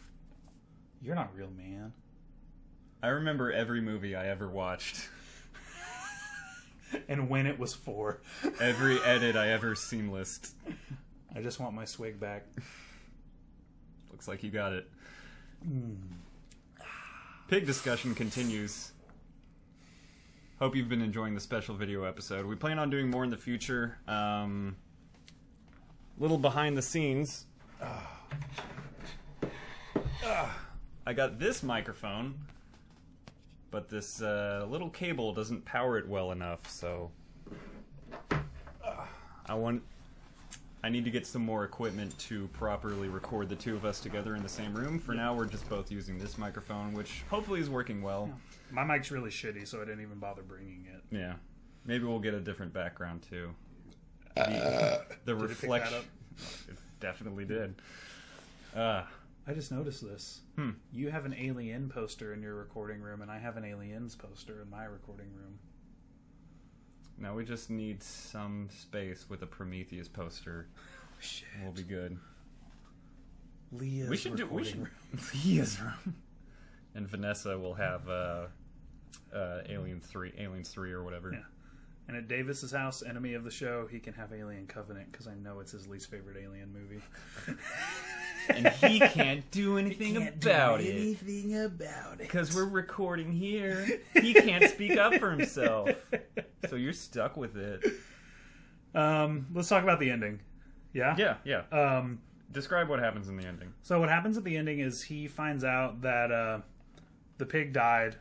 [SPEAKER 2] You're not real, man.
[SPEAKER 1] I remember every movie I ever watched,
[SPEAKER 2] and when it was for.
[SPEAKER 1] every edit I ever seamlessed.
[SPEAKER 2] I just want my swig back.
[SPEAKER 1] Looks like you got it. pig discussion continues. Hope you've been enjoying the special video episode. We plan on doing more in the future. Um, little behind the scenes. Ah. Ah. I got this microphone, but this uh, little cable doesn't power it well enough, so Ah. I want. I need to get some more equipment to properly record the two of us together in the same room. For now, we're just both using this microphone, which hopefully is working well.
[SPEAKER 2] My mic's really shitty, so I didn't even bother bringing it.
[SPEAKER 1] Yeah. Maybe we'll get a different background too. The
[SPEAKER 2] Uh, Did it pick that
[SPEAKER 1] reflection.
[SPEAKER 2] up?
[SPEAKER 1] It definitely did. Uh,
[SPEAKER 2] I just noticed this. You have an alien poster in your recording room, and I have an aliens poster in my recording room.
[SPEAKER 1] now we just need some space with a Prometheus poster.
[SPEAKER 2] Shit.
[SPEAKER 1] We'll be good.
[SPEAKER 2] Leah's
[SPEAKER 1] we should do. We
[SPEAKER 2] recording
[SPEAKER 1] should.
[SPEAKER 2] room.
[SPEAKER 1] Leah's room. And Vanessa will have uh, uh, Alien Three, Aliens Three, or whatever.
[SPEAKER 2] Yeah. And at Davis's house, enemy of the show, he can have Alien Covenant because I know it's his least favorite alien movie.
[SPEAKER 1] And he can't do anything about it
[SPEAKER 2] Anything about it.
[SPEAKER 1] because we're recording here. He can't speak up for himself, so you're stuck with it.
[SPEAKER 2] Um, let's talk about the ending. Yeah.
[SPEAKER 1] Yeah, yeah.
[SPEAKER 2] Um,
[SPEAKER 1] Describe what happens in the ending.
[SPEAKER 2] So what happens at the ending is he finds out that uh, the pig died,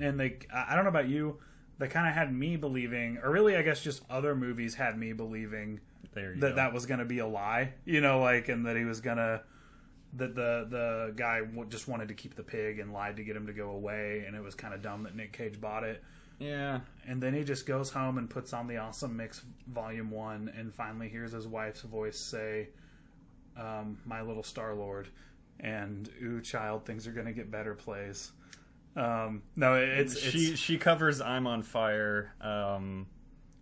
[SPEAKER 2] and they I I don't know about you, they kind of had me believing, or really I guess just other movies had me believing
[SPEAKER 1] There you
[SPEAKER 2] that
[SPEAKER 1] go.
[SPEAKER 2] that was going to be a lie, you know, like and that he was gonna that the the guy w- just wanted to keep the pig and lied to get him to go away, and it was kind of dumb that Nick Cage bought it.
[SPEAKER 1] yeah,
[SPEAKER 2] And then he just goes home and puts on the awesome mix volume one, and finally hears his wife's voice say, um, "My little Star Lord," and "Ooh, child, things are gonna get better." Plays. Um, no, it- it's, it's
[SPEAKER 1] she she covers "I'm on Fire." Um,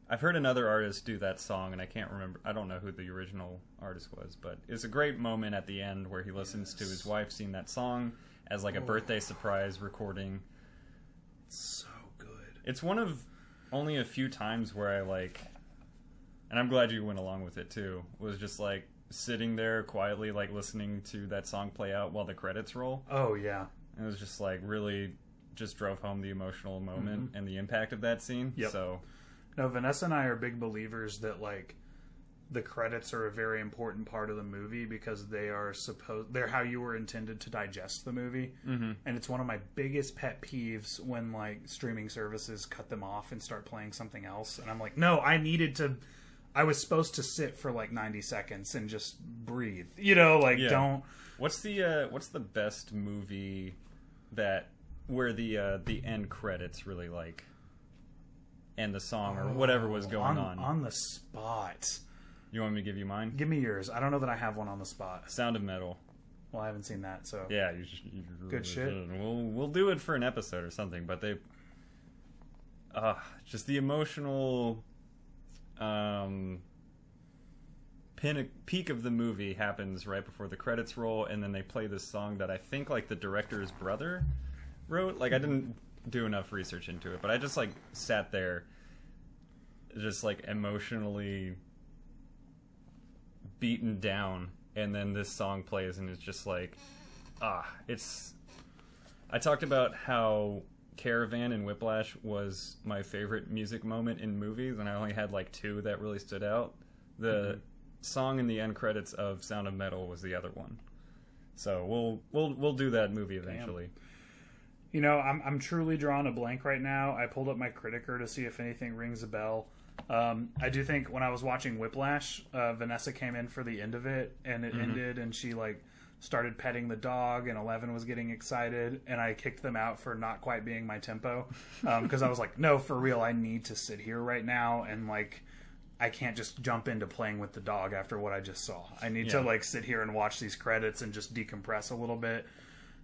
[SPEAKER 1] I've heard another artist do that song, and I can't remember. I don't know who the original artist was, but it's a great moment at the end where he listens to his wife sing that song as like a birthday surprise recording.
[SPEAKER 2] so good.
[SPEAKER 1] It's one of only a few times where I like, and I'm glad you went along with it too. Was just like sitting there quietly, like listening to that song play out while the credits roll.
[SPEAKER 2] Oh yeah,
[SPEAKER 1] It was just like really just drove home the emotional moment and the impact of that scene.
[SPEAKER 2] Yep.
[SPEAKER 1] So
[SPEAKER 2] no, Vanessa and I are big believers that like the credits are a very important part of the movie because they are supposed they're how you were intended to digest the movie.
[SPEAKER 1] Mhm.
[SPEAKER 2] and it's one of my biggest pet peeves when like streaming services cut them off and start playing something else and i'm like no i needed to i was supposed to sit for like 90 seconds and just breathe you know like
[SPEAKER 1] Yeah.
[SPEAKER 2] don't
[SPEAKER 1] what's the uh, what's the best movie that where the uh, the end credits really like and the song or whatever was going on.
[SPEAKER 2] on on the spot
[SPEAKER 1] You want me to give you mine?
[SPEAKER 2] give me yours i don't know that i have one on the spot
[SPEAKER 1] Sound of Metal.
[SPEAKER 2] well i haven't seen that so
[SPEAKER 1] Yeah, you just, you
[SPEAKER 2] Good shit.
[SPEAKER 1] We'll we'll do it for an episode or something, but they uh just the emotional um pin, peak of the movie happens right before the credits roll and then they play this song that I think like the director's brother wrote. Like I didn't do enough research into it, but I just like sat there just like emotionally beaten down and then this song plays and it's just like ah it's i talked about how caravan and whiplash was my favorite music moment in movies and i only had like two that really stood out the song in the end credits of sound of metal was the other one so we'll we'll we'll do that movie eventually
[SPEAKER 2] you know i'm, I'm truly drawing a blank right now i pulled up my critiker to see if anything rings a bell um, i do think when i was watching whiplash uh, vanessa came in for the end of it and it ended and she like started petting the dog and 11 was getting excited and i kicked them out for not quite being my tempo because i was like no for real i need to sit here right now and like i can't just jump into playing with the dog after what i just saw i need to
[SPEAKER 1] Yeah.
[SPEAKER 2] like sit here and watch these credits and just decompress a little bit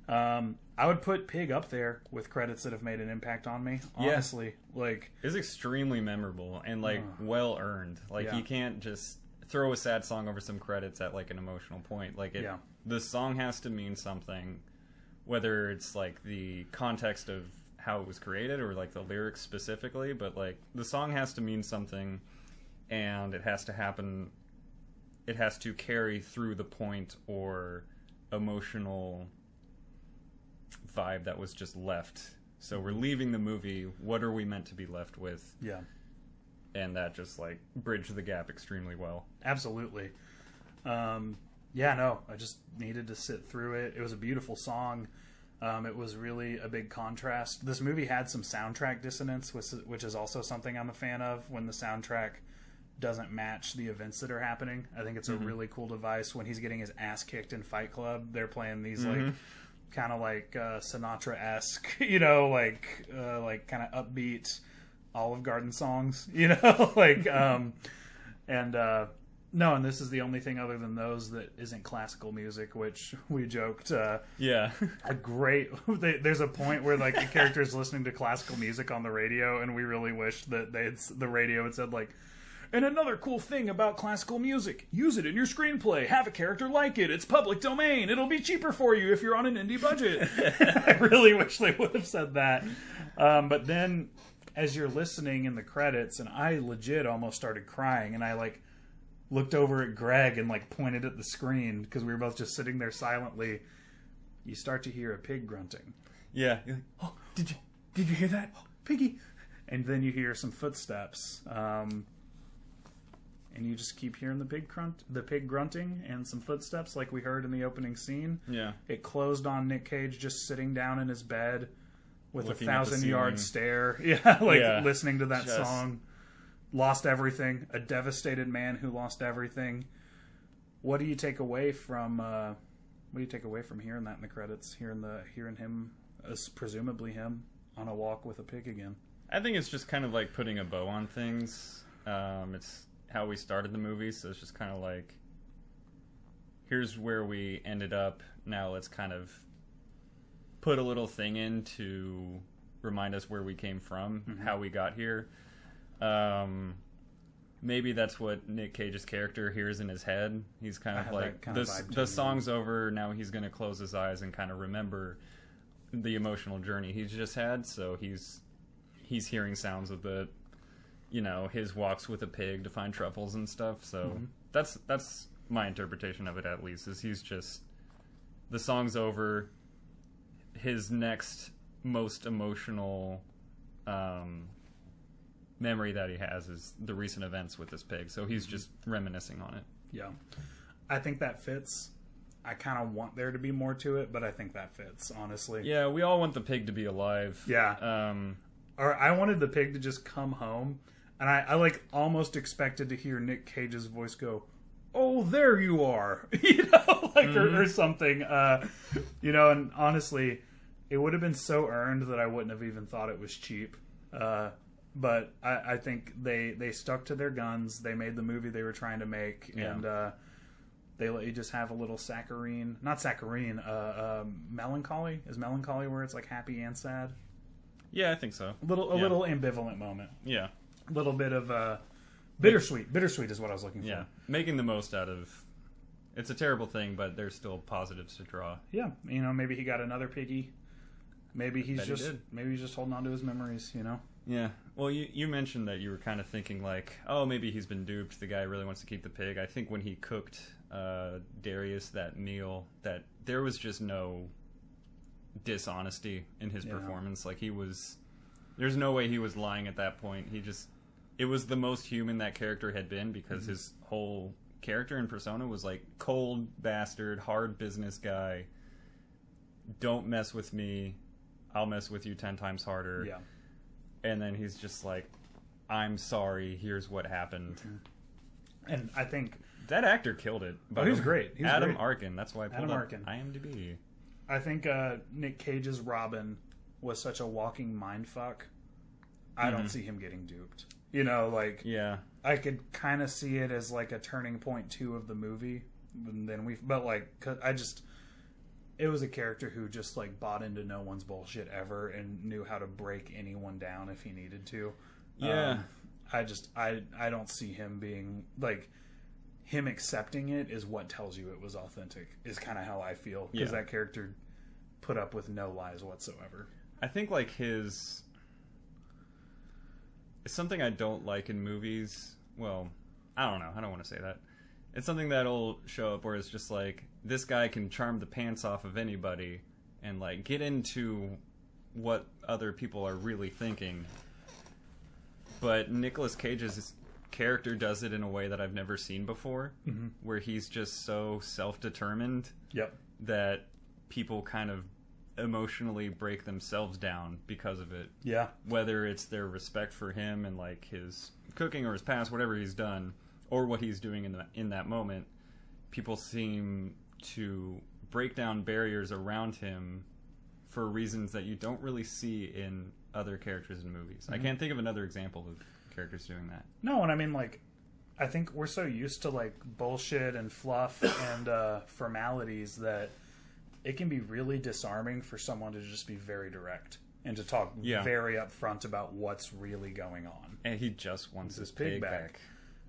[SPEAKER 2] um, I would put Pig up there with credits that have made an impact on me.
[SPEAKER 1] Yeah.
[SPEAKER 2] Honestly, like
[SPEAKER 1] it's extremely memorable and like well earned like
[SPEAKER 2] Yeah.
[SPEAKER 1] you can't just throw a sad song over some credits at like an emotional point like it,
[SPEAKER 2] Yeah.
[SPEAKER 1] the song has to mean something whether it's like the context of how it was created or like the lyrics specifically but like the song has to mean something and it has to happen it has to carry through the point or emotional vibe that was just left. So we're leaving the movie. What are we meant to be left with?
[SPEAKER 2] Yeah.
[SPEAKER 1] And that just like bridged the gap extremely well.
[SPEAKER 2] Absolutely. Um, yeah, no, I just needed to sit through it. It was a beautiful song. Um, it was really a big contrast. This movie had some soundtrack dissonance, which, which is also something I'm a fan of when the soundtrack doesn't match the events that are happening. I think it's a really cool device when he's getting his ass kicked in Fight Club. They're playing these like kind of like uh, Sinatra esque, you know, like uh, like kind of upbeat Olive Garden songs, you know, like um, and uh, no, and this is the only thing other than those that isn't classical music, which we joked. Uh,
[SPEAKER 1] Yeah.
[SPEAKER 2] a great they, there's a point where like the character is listening to classical music on the radio and we really wish that they had, s- the radio had said like and another cool thing about classical music use it in your screenplay have a character like it it's public domain it'll be cheaper for you if you're on an indie budget i really wish they would have said that um, but then as you're listening in the credits and i legit almost started crying and i like looked over at greg and like pointed at the screen because we were both just sitting there silently you start to hear a pig grunting.
[SPEAKER 1] yeah.
[SPEAKER 2] Oh, did you did you hear that, oh, piggy? And then you hear some footsteps, um, and you just keep hearing the pig grunt, the pig grunting, and some footsteps like we heard in the opening scene.
[SPEAKER 1] Yeah.
[SPEAKER 2] It closed on Nick Cage just sitting down in his bed with
[SPEAKER 1] Looking
[SPEAKER 2] a
[SPEAKER 1] at the
[SPEAKER 2] thousand
[SPEAKER 1] ceiling.
[SPEAKER 2] yard stare. Yeah, like
[SPEAKER 1] Yeah.
[SPEAKER 2] listening to that
[SPEAKER 1] Just-
[SPEAKER 2] song. Lost everything. A devastated man who lost everything. What do you take away from uh, what do you take away from hearing that in the credits? Hearing the hearing him as presumably him on a walk with a pig again.
[SPEAKER 1] I think it's just kind of like putting a bow on things. Um, it's how we started the movie, so it's just kind of like here's where we ended up. Now let's kind of put a little thing in to remind us where we came from,
[SPEAKER 2] Mm-hmm.
[SPEAKER 1] how we got here. Um, maybe that's what Nick Cage's character hears in his head. He's kind
[SPEAKER 2] I
[SPEAKER 1] of
[SPEAKER 2] have
[SPEAKER 1] like
[SPEAKER 2] that kind of
[SPEAKER 1] this,
[SPEAKER 2] vibe too,
[SPEAKER 1] the
[SPEAKER 2] yeah.
[SPEAKER 1] song's over. Now he's going to close his eyes and kind of remember the emotional journey he's just had. So he's he's hearing sounds of the you know his walks with a pig to find truffles and stuff so
[SPEAKER 2] Mm-hmm.
[SPEAKER 1] that's that's my interpretation of it at least is he's just the song's over his next most emotional um memory that he has is the recent events with this pig so he's just reminiscing on it
[SPEAKER 2] Yeah. I think that fits. I kind of want there to be more to it, but I think that fits, honestly.
[SPEAKER 1] yeah we all want the pig to be alive
[SPEAKER 2] Yeah.
[SPEAKER 1] um
[SPEAKER 2] or I wanted the pig to just come home, and I, I like almost expected to hear Nick Cage's voice go, "Oh, there you are," you know, like or, or something, uh, you know. And honestly, it would have been so earned that I wouldn't have even thought it was cheap. Uh, but I, I think they they stuck to their guns. They made the movie they were trying to make,
[SPEAKER 1] Yeah.
[SPEAKER 2] and. Uh, they let you just have a little saccharine, not saccharine, uh, um, melancholy. Is melancholy where it's like happy and sad?
[SPEAKER 1] yeah i think so
[SPEAKER 2] little a
[SPEAKER 1] Yeah.
[SPEAKER 2] little ambivalent moment
[SPEAKER 1] yeah
[SPEAKER 2] a little bit of uh bittersweet bittersweet is what i was looking for
[SPEAKER 1] yeah making the most out of it's a terrible thing but there's still positives to draw
[SPEAKER 2] yeah you know maybe he got another piggy maybe he's
[SPEAKER 1] bet he
[SPEAKER 2] just
[SPEAKER 1] did.
[SPEAKER 2] maybe he's just holding on to his memories you know
[SPEAKER 1] Yeah. Well, you, you mentioned that you were kind of thinking like, oh, maybe he's been duped. The guy really wants to keep the pig. I think when he cooked uh, Darius that meal, that there was just no dishonesty in his
[SPEAKER 2] Yeah.
[SPEAKER 1] performance. Like he was, there's no way he was lying at that point. He just, it was the most human that character had been because his whole character and persona was like cold bastard, hard business guy. Don't mess with me. I'll mess with you ten times harder
[SPEAKER 2] yeah
[SPEAKER 1] and then he's just like i'm sorry here's what happened
[SPEAKER 2] and i think
[SPEAKER 1] that actor killed it but
[SPEAKER 2] Oh, he was great. He was
[SPEAKER 1] adam
[SPEAKER 2] great.
[SPEAKER 1] arkin that's why i pulled
[SPEAKER 2] Adam
[SPEAKER 1] up
[SPEAKER 2] Arkin.
[SPEAKER 1] imdb
[SPEAKER 2] i think uh nick cage's robin was such a walking mind fuck i
[SPEAKER 1] Mm-hmm.
[SPEAKER 2] don't see him getting duped you know like
[SPEAKER 1] yeah
[SPEAKER 2] I could kind of see it as like a turning point two of the movie, and then we. But like, 'cause I just, it was a character who just like bought into no one's bullshit ever and knew how to break anyone down if he needed to.
[SPEAKER 1] Yeah.
[SPEAKER 2] I just, I, I don't see him being like him accepting it is what tells you it was authentic. Is kind of how I feel because
[SPEAKER 1] Yeah.
[SPEAKER 2] that character put up with no lies whatsoever.
[SPEAKER 1] i think like his it's something i don't like in movies well i don't know i don't want to say that it's something that'll show up where it's just like this guy can charm the pants off of anybody and like get into what other people are really thinking. But Nicolas Cage's character does it in a way that I've never seen before, where he's just so self-determined
[SPEAKER 2] Yep.
[SPEAKER 1] that people kind of emotionally break themselves down because of it
[SPEAKER 2] Yeah.
[SPEAKER 1] whether it's their respect for him and like his cooking or his past, whatever he's done, or what he's doing in the, in that moment, people seem to break down barriers around him for reasons that you don't really see in other characters in movies. I can't think of another example of characters doing that.
[SPEAKER 2] No, and I mean like I think we're so used to like bullshit and fluff and uh formalities that it can be really disarming for someone to just be very direct and to talk
[SPEAKER 1] Yeah.
[SPEAKER 2] very upfront about what's really going on.
[SPEAKER 1] And he just wants his,
[SPEAKER 2] pig
[SPEAKER 1] pig
[SPEAKER 2] back.
[SPEAKER 1] back.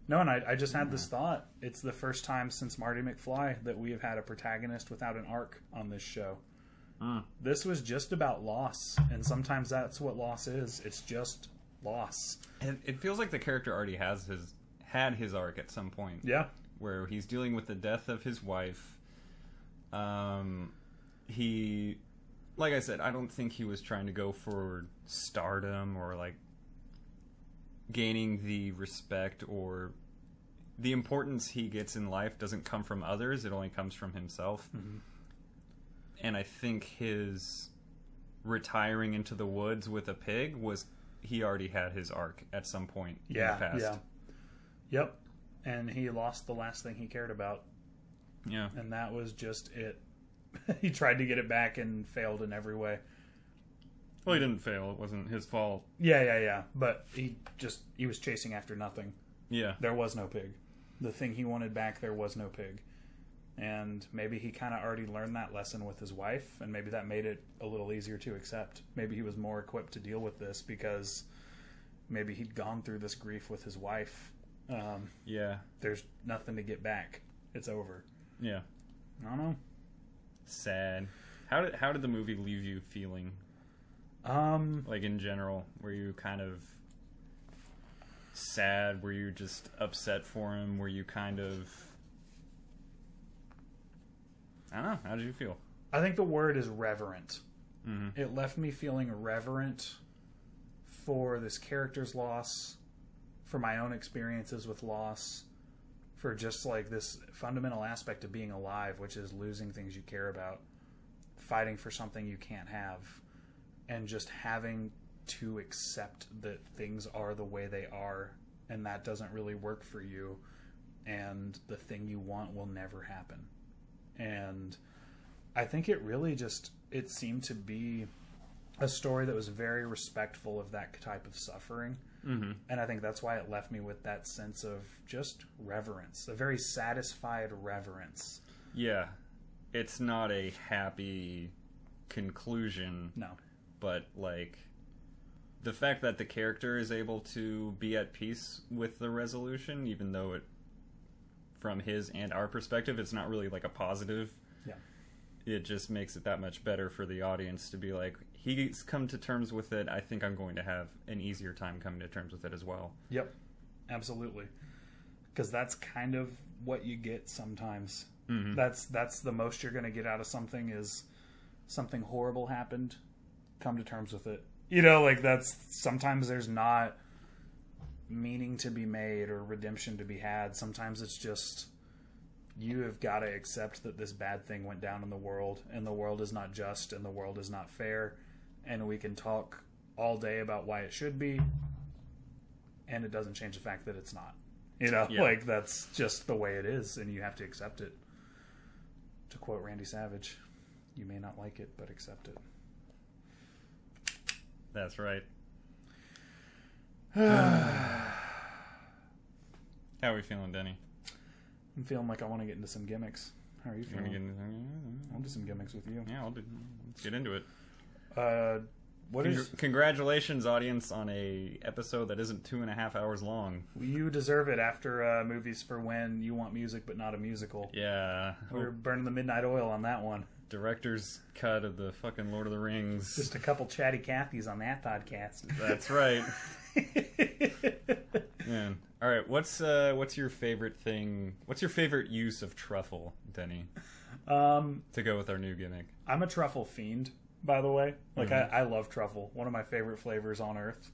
[SPEAKER 2] No, and I, I just had this thought. It's the first time since Marty McFly that we have had a protagonist without an arc on this show. This was just about loss, and sometimes that's what loss is. It's just loss.
[SPEAKER 1] And it feels like the character already has his had his arc at some point.
[SPEAKER 2] Yeah.
[SPEAKER 1] where he's dealing with the death of his wife. Um, he, like I said, I don't think he was trying to go for stardom or like gaining the respect or the importance he gets in life doesn't come from others, it only comes from himself.
[SPEAKER 2] Mm-hmm.
[SPEAKER 1] And I think his retiring into the woods with a pig was he already had his arc at some point
[SPEAKER 2] Yeah.
[SPEAKER 1] in the past.
[SPEAKER 2] Yeah. Yep. And he lost the last thing he cared about,
[SPEAKER 1] yeah.
[SPEAKER 2] and that was just it. he tried to get it back and failed in every way.
[SPEAKER 1] Well, he didn't fail. It wasn't his fault.
[SPEAKER 2] Yeah, yeah, yeah. But he just he was chasing after nothing.
[SPEAKER 1] Yeah.
[SPEAKER 2] There was no pig. The thing he wanted back, there was no pig. And maybe he kind of already learned that lesson with his wife, and maybe that made it a little easier to accept. Maybe he was more equipped to deal with this because maybe he'd gone through this grief with his wife. Um,
[SPEAKER 1] Yeah.
[SPEAKER 2] there's nothing to get back. It's over.
[SPEAKER 1] Yeah.
[SPEAKER 2] I don't know.
[SPEAKER 1] Sad. How did how did the movie leave you feeling?
[SPEAKER 2] Um,
[SPEAKER 1] Like in general, were you kind of sad? Were you just upset for him? Were you kind of I don't know. How did you feel?
[SPEAKER 2] I think the word is reverent.
[SPEAKER 1] Mhm.
[SPEAKER 2] It left me feeling reverent for this character's loss, for my own experiences with loss, for just like this fundamental aspect of being alive, which is losing things you care about, fighting for something you can't have, and just having to accept that things are the way they are and that doesn't really work for you and the thing you want will never happen. And I think it really just it seemed to be a story that was very respectful of that type of suffering. Mm-hmm. And I think that's why it left me with that sense of just reverence, a very satisfied reverence.
[SPEAKER 1] Yeah. It's not a happy conclusion.
[SPEAKER 2] No.
[SPEAKER 1] but like the fact that the character is able to be at peace with the resolution even though it from his and our perspective it's not really like a positive
[SPEAKER 2] Yeah.
[SPEAKER 1] it just makes it that much better for the audience to be like he's come to terms with it i think i'm going to have an easier time coming to terms with it as well
[SPEAKER 2] Yep. Absolutely. Cuz that's kind of what you get sometimes. That's that's the most you're going to get out of something is something horrible happened, come to terms with it. You know, like that's sometimes there's not meaning to be made or redemption to be had. Sometimes it's just you have got to accept that this bad thing went down in the world and the world is not just and the world is not fair and we can talk all day about why it should be and it doesn't change the fact that it's not. You know,
[SPEAKER 1] Yeah.
[SPEAKER 2] like that's just the way it is and you have to accept it. To quote Randy Savage, you may not like it, but accept it.
[SPEAKER 1] that's right how are we feeling denny
[SPEAKER 2] I'm feeling like I want to get into some gimmicks. How are you
[SPEAKER 1] You wanna
[SPEAKER 2] feeling?
[SPEAKER 1] get into-
[SPEAKER 2] I'll do some gimmicks with you.
[SPEAKER 1] yeah i'll do, let's get into it
[SPEAKER 2] Uh, what
[SPEAKER 1] Congr-
[SPEAKER 2] is
[SPEAKER 1] Congratulations, audience, on a episode that isn't two and a half hours long.
[SPEAKER 2] you deserve it after uh, movies for when you want music but not a musical.
[SPEAKER 1] Yeah,
[SPEAKER 2] We're
[SPEAKER 1] Oh,
[SPEAKER 2] burning the midnight oil on that one.
[SPEAKER 1] director's cut of the fucking Lord of the Rings.
[SPEAKER 2] Just a couple chatty Cathys on that podcast.
[SPEAKER 1] That's right, man. All right, what's uh, what's your favorite thing? What's your favorite use of truffle, Denny?
[SPEAKER 2] Um,
[SPEAKER 1] to go with our new gimmick.
[SPEAKER 2] I'm a truffle fiend, by the way. Like
[SPEAKER 1] Mm-hmm.
[SPEAKER 2] I, I love truffle. One of my favorite flavors on earth.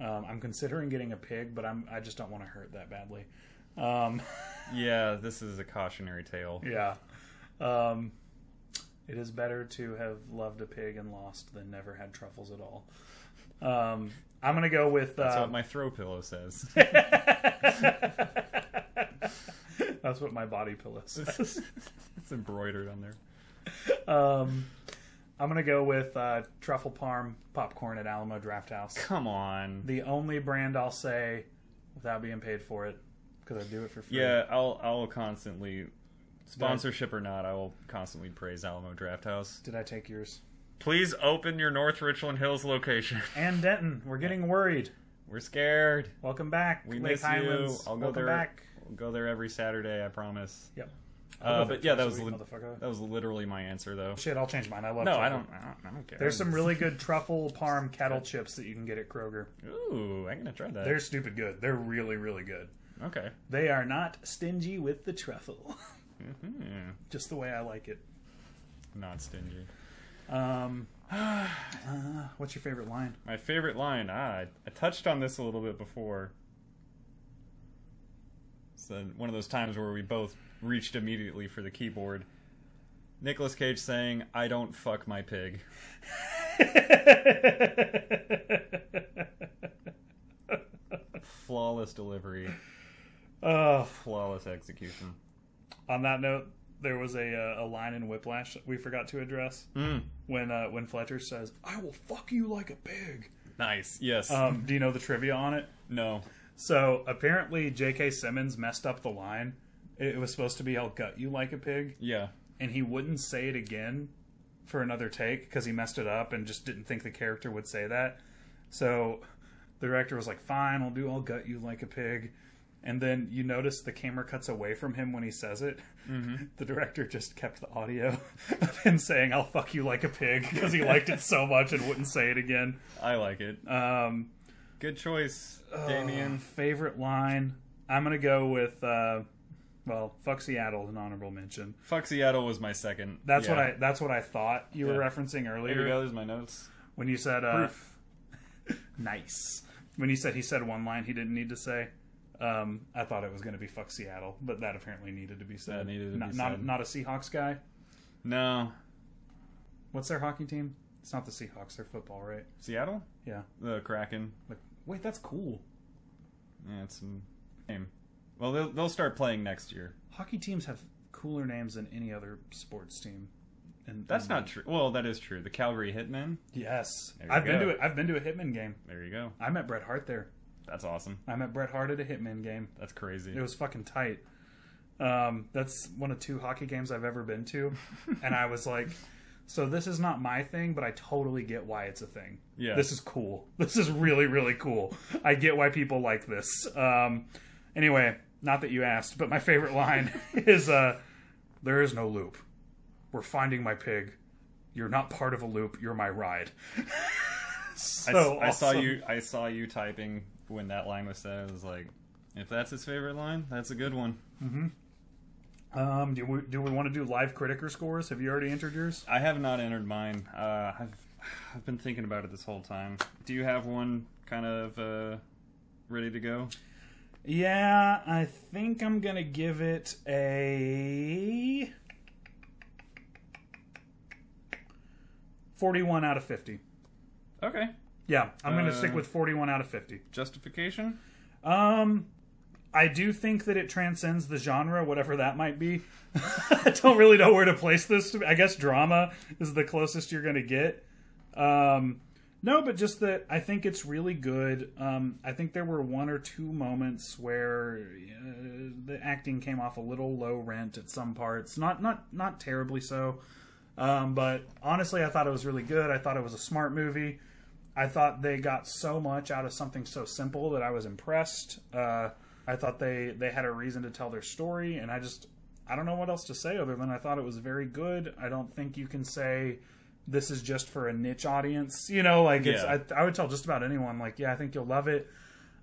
[SPEAKER 2] Um, I'm considering getting a pig, but I'm I just don't want to hurt that badly. Um,
[SPEAKER 1] Yeah, this is a cautionary tale.
[SPEAKER 2] yeah. Um, it is better to have loved a pig and lost than never had truffles at all. Um, I'm gonna go with. Uh,
[SPEAKER 1] That's what my throw pillow says.
[SPEAKER 2] that's what my body pillow says.
[SPEAKER 1] it's embroidered on there.
[SPEAKER 2] Um, I'm gonna go with uh, truffle parm popcorn at Alamo Draft House.
[SPEAKER 1] Come on.
[SPEAKER 2] The only brand I'll say without being paid for it because I do it for free.
[SPEAKER 1] Yeah, I'll I'll constantly sponsorship or not, I will constantly praise Alamo Draft House.
[SPEAKER 2] Did I take yours?
[SPEAKER 1] Please open your North Richland Hills location.
[SPEAKER 2] And Denton, we're getting worried.
[SPEAKER 1] We're scared.
[SPEAKER 2] Welcome back,
[SPEAKER 1] We
[SPEAKER 2] Lake
[SPEAKER 1] miss
[SPEAKER 2] Highlands.
[SPEAKER 1] you. I'll go
[SPEAKER 2] Welcome
[SPEAKER 1] there.
[SPEAKER 2] back.
[SPEAKER 1] We'll go there every Saturday, I promise.
[SPEAKER 2] Yep.
[SPEAKER 1] Uh,
[SPEAKER 2] go
[SPEAKER 1] but
[SPEAKER 2] there
[SPEAKER 1] yeah, that
[SPEAKER 2] twice
[SPEAKER 1] was
[SPEAKER 2] a
[SPEAKER 1] li-
[SPEAKER 2] week, motherfucker.
[SPEAKER 1] that was literally my answer though.
[SPEAKER 2] Shit, I'll change mine. I love.
[SPEAKER 1] No,
[SPEAKER 2] truffle.
[SPEAKER 1] I don't, I don't. I don't care.
[SPEAKER 2] There's some really good truffle parm cattle chips that you can get at Kroger.
[SPEAKER 1] Ooh, I'm gonna try that.
[SPEAKER 2] They're stupid good. They're really, really good.
[SPEAKER 1] Okay.
[SPEAKER 2] They are not stingy with the truffle,
[SPEAKER 1] Hmm.
[SPEAKER 2] just the way I like it.
[SPEAKER 1] Not stingy.
[SPEAKER 2] Um, uh, what's your favorite line?
[SPEAKER 1] My favorite line. Ah, I, I touched on this a little bit before. It's uh, one of those times where we both reached immediately for the keyboard. Nicholas Cage saying, "I don't fuck my pig." Flawless delivery.
[SPEAKER 2] oh,
[SPEAKER 1] Flawless execution.
[SPEAKER 2] on that note, there was a uh, a line in Whiplash that we forgot to address
[SPEAKER 1] Mm,
[SPEAKER 2] when uh, when Fletcher says, "I will fuck you like a pig."
[SPEAKER 1] nice. Yes.
[SPEAKER 2] Um, do you know the trivia on it?
[SPEAKER 1] no.
[SPEAKER 2] So apparently, J.K. Simmons messed up the line. It was supposed to be "I'll gut you like a pig,"
[SPEAKER 1] Yeah.
[SPEAKER 2] and he wouldn't say it again for another take because he messed it up and just didn't think the character would say that. So the director was like, "Fine, I'll do. I'll gut you like a pig." And then you notice the camera cuts away from him when he says it.
[SPEAKER 1] Mm-hmm.
[SPEAKER 2] The director just kept the audio of him saying, "I'll fuck you like a pig" because he liked it so much and wouldn't say it again.
[SPEAKER 1] I like it.
[SPEAKER 2] Um,
[SPEAKER 1] Good choice,
[SPEAKER 2] uh,
[SPEAKER 1] Damien.
[SPEAKER 2] favorite line. I'm gonna go with, uh, well, fuck Seattle, an honorable mention.
[SPEAKER 1] Fuck Seattle was my second.
[SPEAKER 2] That's what
[SPEAKER 1] Yeah.
[SPEAKER 2] I. That's what I thought you were
[SPEAKER 1] Yeah.
[SPEAKER 2] referencing
[SPEAKER 1] Here we
[SPEAKER 2] earlier
[SPEAKER 1] go. There's my notes.
[SPEAKER 2] when you said uh,
[SPEAKER 1] Proof.
[SPEAKER 2] nice. When you said he said one line he didn't need to say. Um, I thought it was going to be fuck Seattle, but that apparently needed to be said.
[SPEAKER 1] That needed to
[SPEAKER 2] not,
[SPEAKER 1] be
[SPEAKER 2] not,
[SPEAKER 1] said.
[SPEAKER 2] Not a Seahawks guy.
[SPEAKER 1] No,
[SPEAKER 2] What's their hockey team? It's not the Seahawks. They're football, right?
[SPEAKER 1] Seattle,
[SPEAKER 2] Yeah.
[SPEAKER 1] the Kraken.
[SPEAKER 2] Like, wait, that's cool.
[SPEAKER 1] Yeah, it's a name. Well, they'll they'll start playing next year.
[SPEAKER 2] Hockey teams have cooler names than any other sports team. And
[SPEAKER 1] That's not true. Well, that is true. The Calgary Hitmen.
[SPEAKER 2] Yes,
[SPEAKER 1] There you
[SPEAKER 2] I've been
[SPEAKER 1] go.
[SPEAKER 2] to it. I've been to a Hitman game.
[SPEAKER 1] There you go.
[SPEAKER 2] I met Bret Hart there.
[SPEAKER 1] That's awesome.
[SPEAKER 2] I met Bret Hart at a Hitman game.
[SPEAKER 1] That's crazy.
[SPEAKER 2] It was fucking tight. Um, that's one of two hockey games I've ever been to, and I was like, "So this is not my thing, but I totally get why it's a thing.
[SPEAKER 1] Yeah.
[SPEAKER 2] this is cool. This is really really cool. I get why people like this." Um, anyway, not that you asked, but my favorite line is, uh, "There is no loop. We're finding my pig. You're not part of a loop. You're my ride."
[SPEAKER 1] I,
[SPEAKER 2] so
[SPEAKER 1] s- I saw
[SPEAKER 2] awesome.
[SPEAKER 1] you. I saw you typing when that line was said. I was like, if that's his favorite line, that's a good one.
[SPEAKER 2] Um, do we do we want to do live critiker scores? Have you already entered yours?
[SPEAKER 1] I have not entered mine. Uh, I've I've been thinking about it this whole time. Do you have one kind of uh, ready to go?
[SPEAKER 2] Yeah, I think I'm gonna give it a forty-one out of fifty.
[SPEAKER 1] Okay.
[SPEAKER 2] Yeah, I'm gonna
[SPEAKER 1] Uh,
[SPEAKER 2] stick with forty-one out of fifty.
[SPEAKER 1] Justification.
[SPEAKER 2] Um, I do think that it transcends the genre, whatever that might be. I don't really know where to place this. I guess drama is the closest you're going to get. Um, no, but just that I think it's really good. Um, I think there were one or two moments where uh, the acting came off a little low rent at some parts. Not not not terribly so. Um, but honestly, I thought it was really good. I thought it was a smart movie. I thought they got so much out of something so simple that I was impressed. Uh, I thought they they had a reason to tell their story, and I just I don't know what else to say other than I thought it was very good. I don't think you can say this is just for a niche audience. You know, like it's,
[SPEAKER 1] Yeah.
[SPEAKER 2] I, I would tell just about anyone, like yeah, I think you'll love it.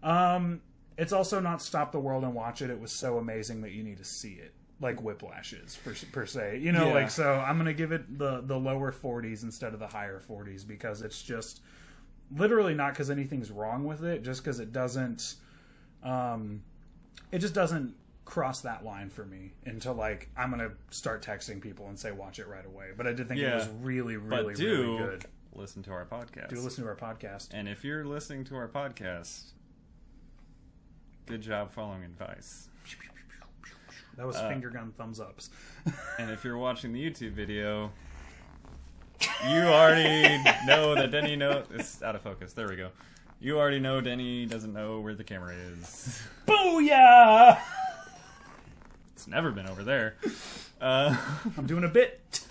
[SPEAKER 2] Um, it's also not stop the world and watch it. It was so amazing that you need to see it. like Whiplash is per, per se. You know,
[SPEAKER 1] Yeah.
[SPEAKER 2] like so I'm gonna give it the the lower 40s instead of the higher 40s because it's just literally not because anything's wrong with it, just because it doesn't. Um, it just doesn't cross that line for me into like I'm gonna start texting people and say watch it right away. But I did think it
[SPEAKER 1] Yeah.
[SPEAKER 2] was really, really,
[SPEAKER 1] but do
[SPEAKER 2] really good.
[SPEAKER 1] listen to our podcast.
[SPEAKER 2] Do listen to our podcast.
[SPEAKER 1] And if you're listening to our podcast, good job following advice.
[SPEAKER 2] That was
[SPEAKER 1] uh,
[SPEAKER 2] finger gun thumbs ups.
[SPEAKER 1] And if you're watching the YouTube video, you already know that Denny know it's out of focus. There we go. You already know Denny doesn't know where the camera is.
[SPEAKER 2] Booyah!
[SPEAKER 1] It's never been over there. Uh,
[SPEAKER 2] I'm doing a bit.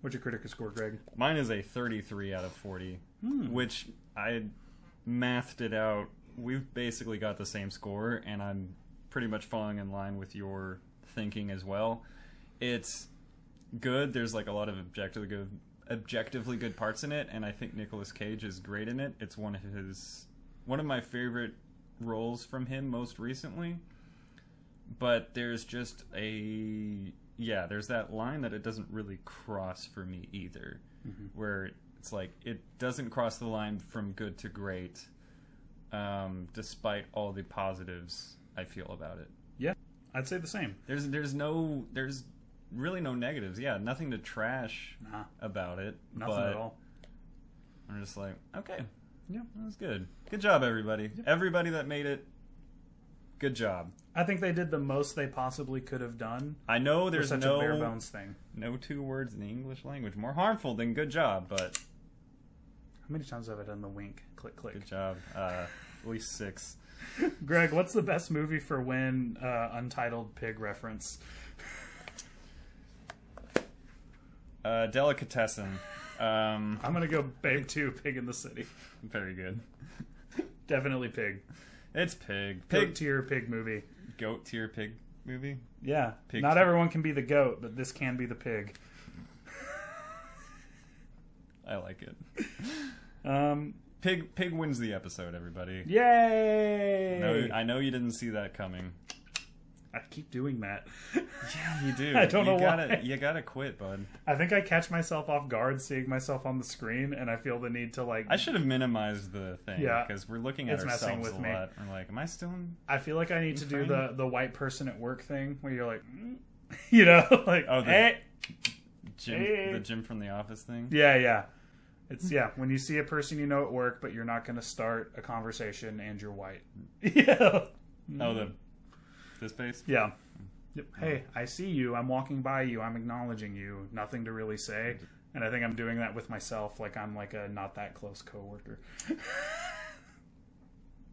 [SPEAKER 2] What's your critical score, Greg?
[SPEAKER 1] mine is a 33 out of 40, which I mathed it out. We've basically got the same score, and I'm pretty much falling in line with your thinking as well. It's good. There's like a lot of objectively good, objectively good parts in it, and I think Nicolas Cage is great in it. It's one of his, one of my favorite roles from him most recently. But there's just a yeah, there's that line that it doesn't really cross for me either, where it's like it doesn't cross the line from good to great, um, despite all the positives I feel about it.
[SPEAKER 2] I'd say the same.
[SPEAKER 1] There's there's no there's really no negatives. Yeah, nothing to trash
[SPEAKER 2] Nah,
[SPEAKER 1] about it.
[SPEAKER 2] nothing
[SPEAKER 1] but
[SPEAKER 2] at all.
[SPEAKER 1] I'm just like, okay,
[SPEAKER 2] Yeah.
[SPEAKER 1] that was good. Good job, everybody. Everybody that made it, good job.
[SPEAKER 2] I think they did the most they possibly could have done.
[SPEAKER 1] I know
[SPEAKER 2] There's
[SPEAKER 1] there's
[SPEAKER 2] such a bare
[SPEAKER 1] no
[SPEAKER 2] bones thing.
[SPEAKER 1] no two words in the English language more harmful than good job, but
[SPEAKER 2] How many times have I done the wink? Click, click.
[SPEAKER 1] good job. Uh, at least six.
[SPEAKER 2] Greg, what's the best movie for when uh, Untitled Pig reference?
[SPEAKER 1] Uh, delicatessen. Um,
[SPEAKER 2] I'm gonna go Babe Two, Pig in the City.
[SPEAKER 1] very good.
[SPEAKER 2] Definitely Pig.
[SPEAKER 1] It's pig.
[SPEAKER 2] Pig
[SPEAKER 1] Pig
[SPEAKER 2] tier pig movie.
[SPEAKER 1] goat tier pig movie.
[SPEAKER 2] Yeah.
[SPEAKER 1] Pig
[SPEAKER 2] Not
[SPEAKER 1] tier.
[SPEAKER 2] everyone can be the goat, but this can be the pig.
[SPEAKER 1] I like it.
[SPEAKER 2] Um,
[SPEAKER 1] Pig pig wins the episode, everybody.
[SPEAKER 2] yay!
[SPEAKER 1] No, I know you didn't see that coming.
[SPEAKER 2] I keep doing that.
[SPEAKER 1] Yeah, you do.
[SPEAKER 2] I don't
[SPEAKER 1] you
[SPEAKER 2] know
[SPEAKER 1] gotta,
[SPEAKER 2] why.
[SPEAKER 1] You gotta quit, bud.
[SPEAKER 2] I think I catch myself off guard seeing myself on the screen, and I feel the need to like.
[SPEAKER 1] I should have minimized the thing
[SPEAKER 2] Yeah.
[SPEAKER 1] because we're looking at
[SPEAKER 2] It's
[SPEAKER 1] ourselves
[SPEAKER 2] messing with
[SPEAKER 1] a
[SPEAKER 2] me.
[SPEAKER 1] lot. We're like, am I still? In...
[SPEAKER 2] I feel like I need to do
[SPEAKER 1] Fine.
[SPEAKER 2] the the white person at work thing, where you're like, mm, you know, like,
[SPEAKER 1] Oh, the-
[SPEAKER 2] eh.
[SPEAKER 1] Jim,
[SPEAKER 2] Hey.
[SPEAKER 1] the Jim from the Office thing.
[SPEAKER 2] yeah, yeah. It's yeah. When you see a person you know at work, but you're not going to start a conversation, and you're white. yeah.
[SPEAKER 1] Oh, the this face.
[SPEAKER 2] Mm-hmm. Yeah. Yep. Hey, I see you. I'm walking by you. I'm acknowledging you. Nothing to really say. And I think I'm doing that with myself, like I'm like a not that close coworker.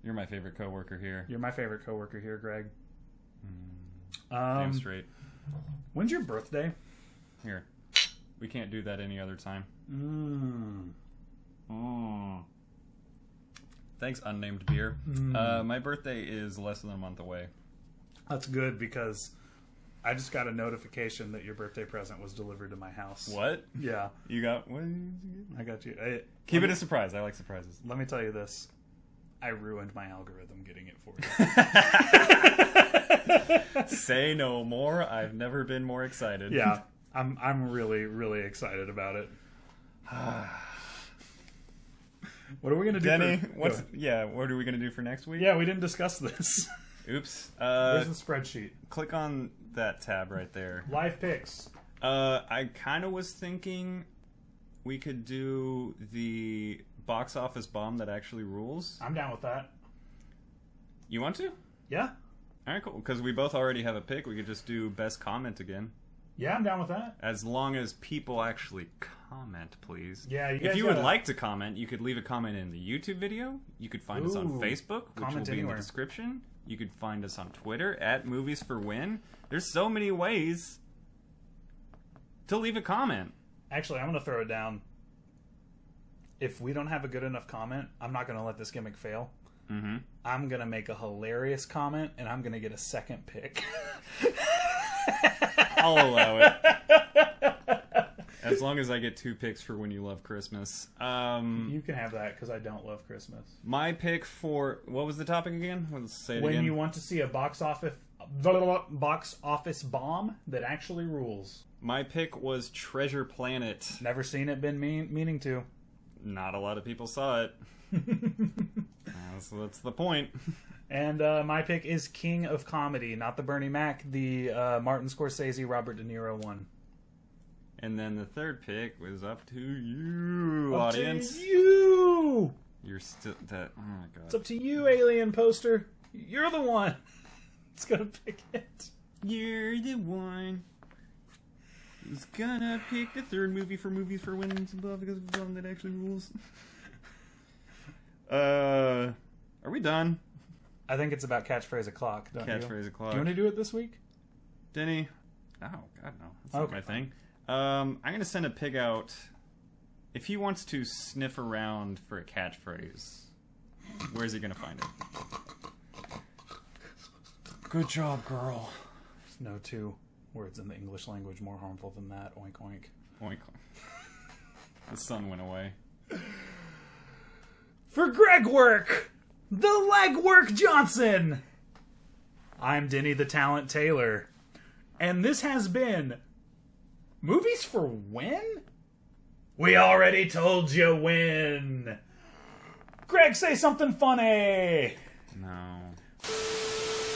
[SPEAKER 1] You're my favorite coworker here.
[SPEAKER 2] You're my favorite coworker here, Greg.
[SPEAKER 1] Damn
[SPEAKER 2] Um,
[SPEAKER 1] straight.
[SPEAKER 2] when's your birthday?
[SPEAKER 1] Here, we can't do that any other time.
[SPEAKER 2] Mm.
[SPEAKER 1] Mm. Thanks, unnamed beer. Uh, my birthday is less than a month away.
[SPEAKER 2] That's good because I just got a notification that your birthday present was delivered to my house.
[SPEAKER 1] What?
[SPEAKER 2] Yeah,
[SPEAKER 1] You got? What? did you get?
[SPEAKER 2] I got you. I,
[SPEAKER 1] Keep it a surprise. I like surprises.
[SPEAKER 2] let me tell you this. I ruined my algorithm getting it for you.
[SPEAKER 1] Say no more. I've never been more excited.
[SPEAKER 2] yeah, I'm I'm really really excited about it. what are we gonna do,
[SPEAKER 1] Denny,
[SPEAKER 2] for-
[SPEAKER 1] what's
[SPEAKER 2] Go.
[SPEAKER 1] yeah? What are we gonna do for next week?
[SPEAKER 2] Yeah, we didn't discuss this.
[SPEAKER 1] Oops. Uh,
[SPEAKER 2] There's the spreadsheet.
[SPEAKER 1] click on that tab right there.
[SPEAKER 2] Live picks.
[SPEAKER 1] Uh, I kind of was thinking we could do the box office bomb that actually rules.
[SPEAKER 2] I'm down with that.
[SPEAKER 1] You want to?
[SPEAKER 2] Yeah,
[SPEAKER 1] All right, cool. Because we both already have a pick, we could just do best comment again.
[SPEAKER 2] yeah, I'm down with that.
[SPEAKER 1] As long as people actually comment, please.
[SPEAKER 2] Yeah, you
[SPEAKER 1] if
[SPEAKER 2] guys
[SPEAKER 1] you would
[SPEAKER 2] gotta-
[SPEAKER 1] like to comment, you could leave a comment in the YouTube video. You could find us on
[SPEAKER 2] Ooh,
[SPEAKER 1] Facebook, which will
[SPEAKER 2] comment
[SPEAKER 1] be in
[SPEAKER 2] anywhere.
[SPEAKER 1] the description. You could find us on Twitter at Movies for Win. There's so many ways to leave a comment.
[SPEAKER 2] Actually, I'm going to throw it down. If we don't have a good enough comment, I'm not going to let this gimmick fail.
[SPEAKER 1] Mm-hmm.
[SPEAKER 2] I'm going to make a hilarious comment and I'm going to get a second pick.
[SPEAKER 1] I'll allow it. As long as I get two picks for when you love Christmas. Um,
[SPEAKER 2] you can have that because I don't love Christmas.
[SPEAKER 1] my pick for what was the topic again? Let's say it
[SPEAKER 2] When
[SPEAKER 1] again.
[SPEAKER 2] you want to see a box office box office bomb that actually rules.
[SPEAKER 1] My pick was Treasure Planet.
[SPEAKER 2] Never seen it, been mean, meaning to.
[SPEAKER 1] Not a lot of people saw it. that's, that's the point.
[SPEAKER 2] And uh, my pick is King of Comedy, not the Bernie Mac, the uh, Martin Scorsese, Robert De Niro one.
[SPEAKER 1] And then the third pick was up to you,
[SPEAKER 2] Up to
[SPEAKER 1] audience.
[SPEAKER 2] you.
[SPEAKER 1] You're still that. Oh my god.
[SPEAKER 2] It's up to you, alien poster. You're the one. It's gonna pick it.
[SPEAKER 1] You're the one who's gonna pick the third movie for movies for women and love because of the film that actually rules. uh, are we done?
[SPEAKER 2] I think it's about catchphrase o'clock. Don't you?
[SPEAKER 1] Catchphrase o'clock.
[SPEAKER 2] Do you want to do it this week?
[SPEAKER 1] Denny. Oh God, no. That's
[SPEAKER 2] Okay.
[SPEAKER 1] not my thing. Um, I'm gonna send a pig out. If he wants to sniff around for a catchphrase, where's he gonna find it? Good job, girl.
[SPEAKER 2] There's no two words in the English language more harmful than that. Oink oink.
[SPEAKER 1] Oink. The sun went away.
[SPEAKER 2] For Greg work, the legwork Johnson. I'm Denny the Talent Taylor, and this has been movies for when. We already told you when. Greg, say something funny.
[SPEAKER 1] No.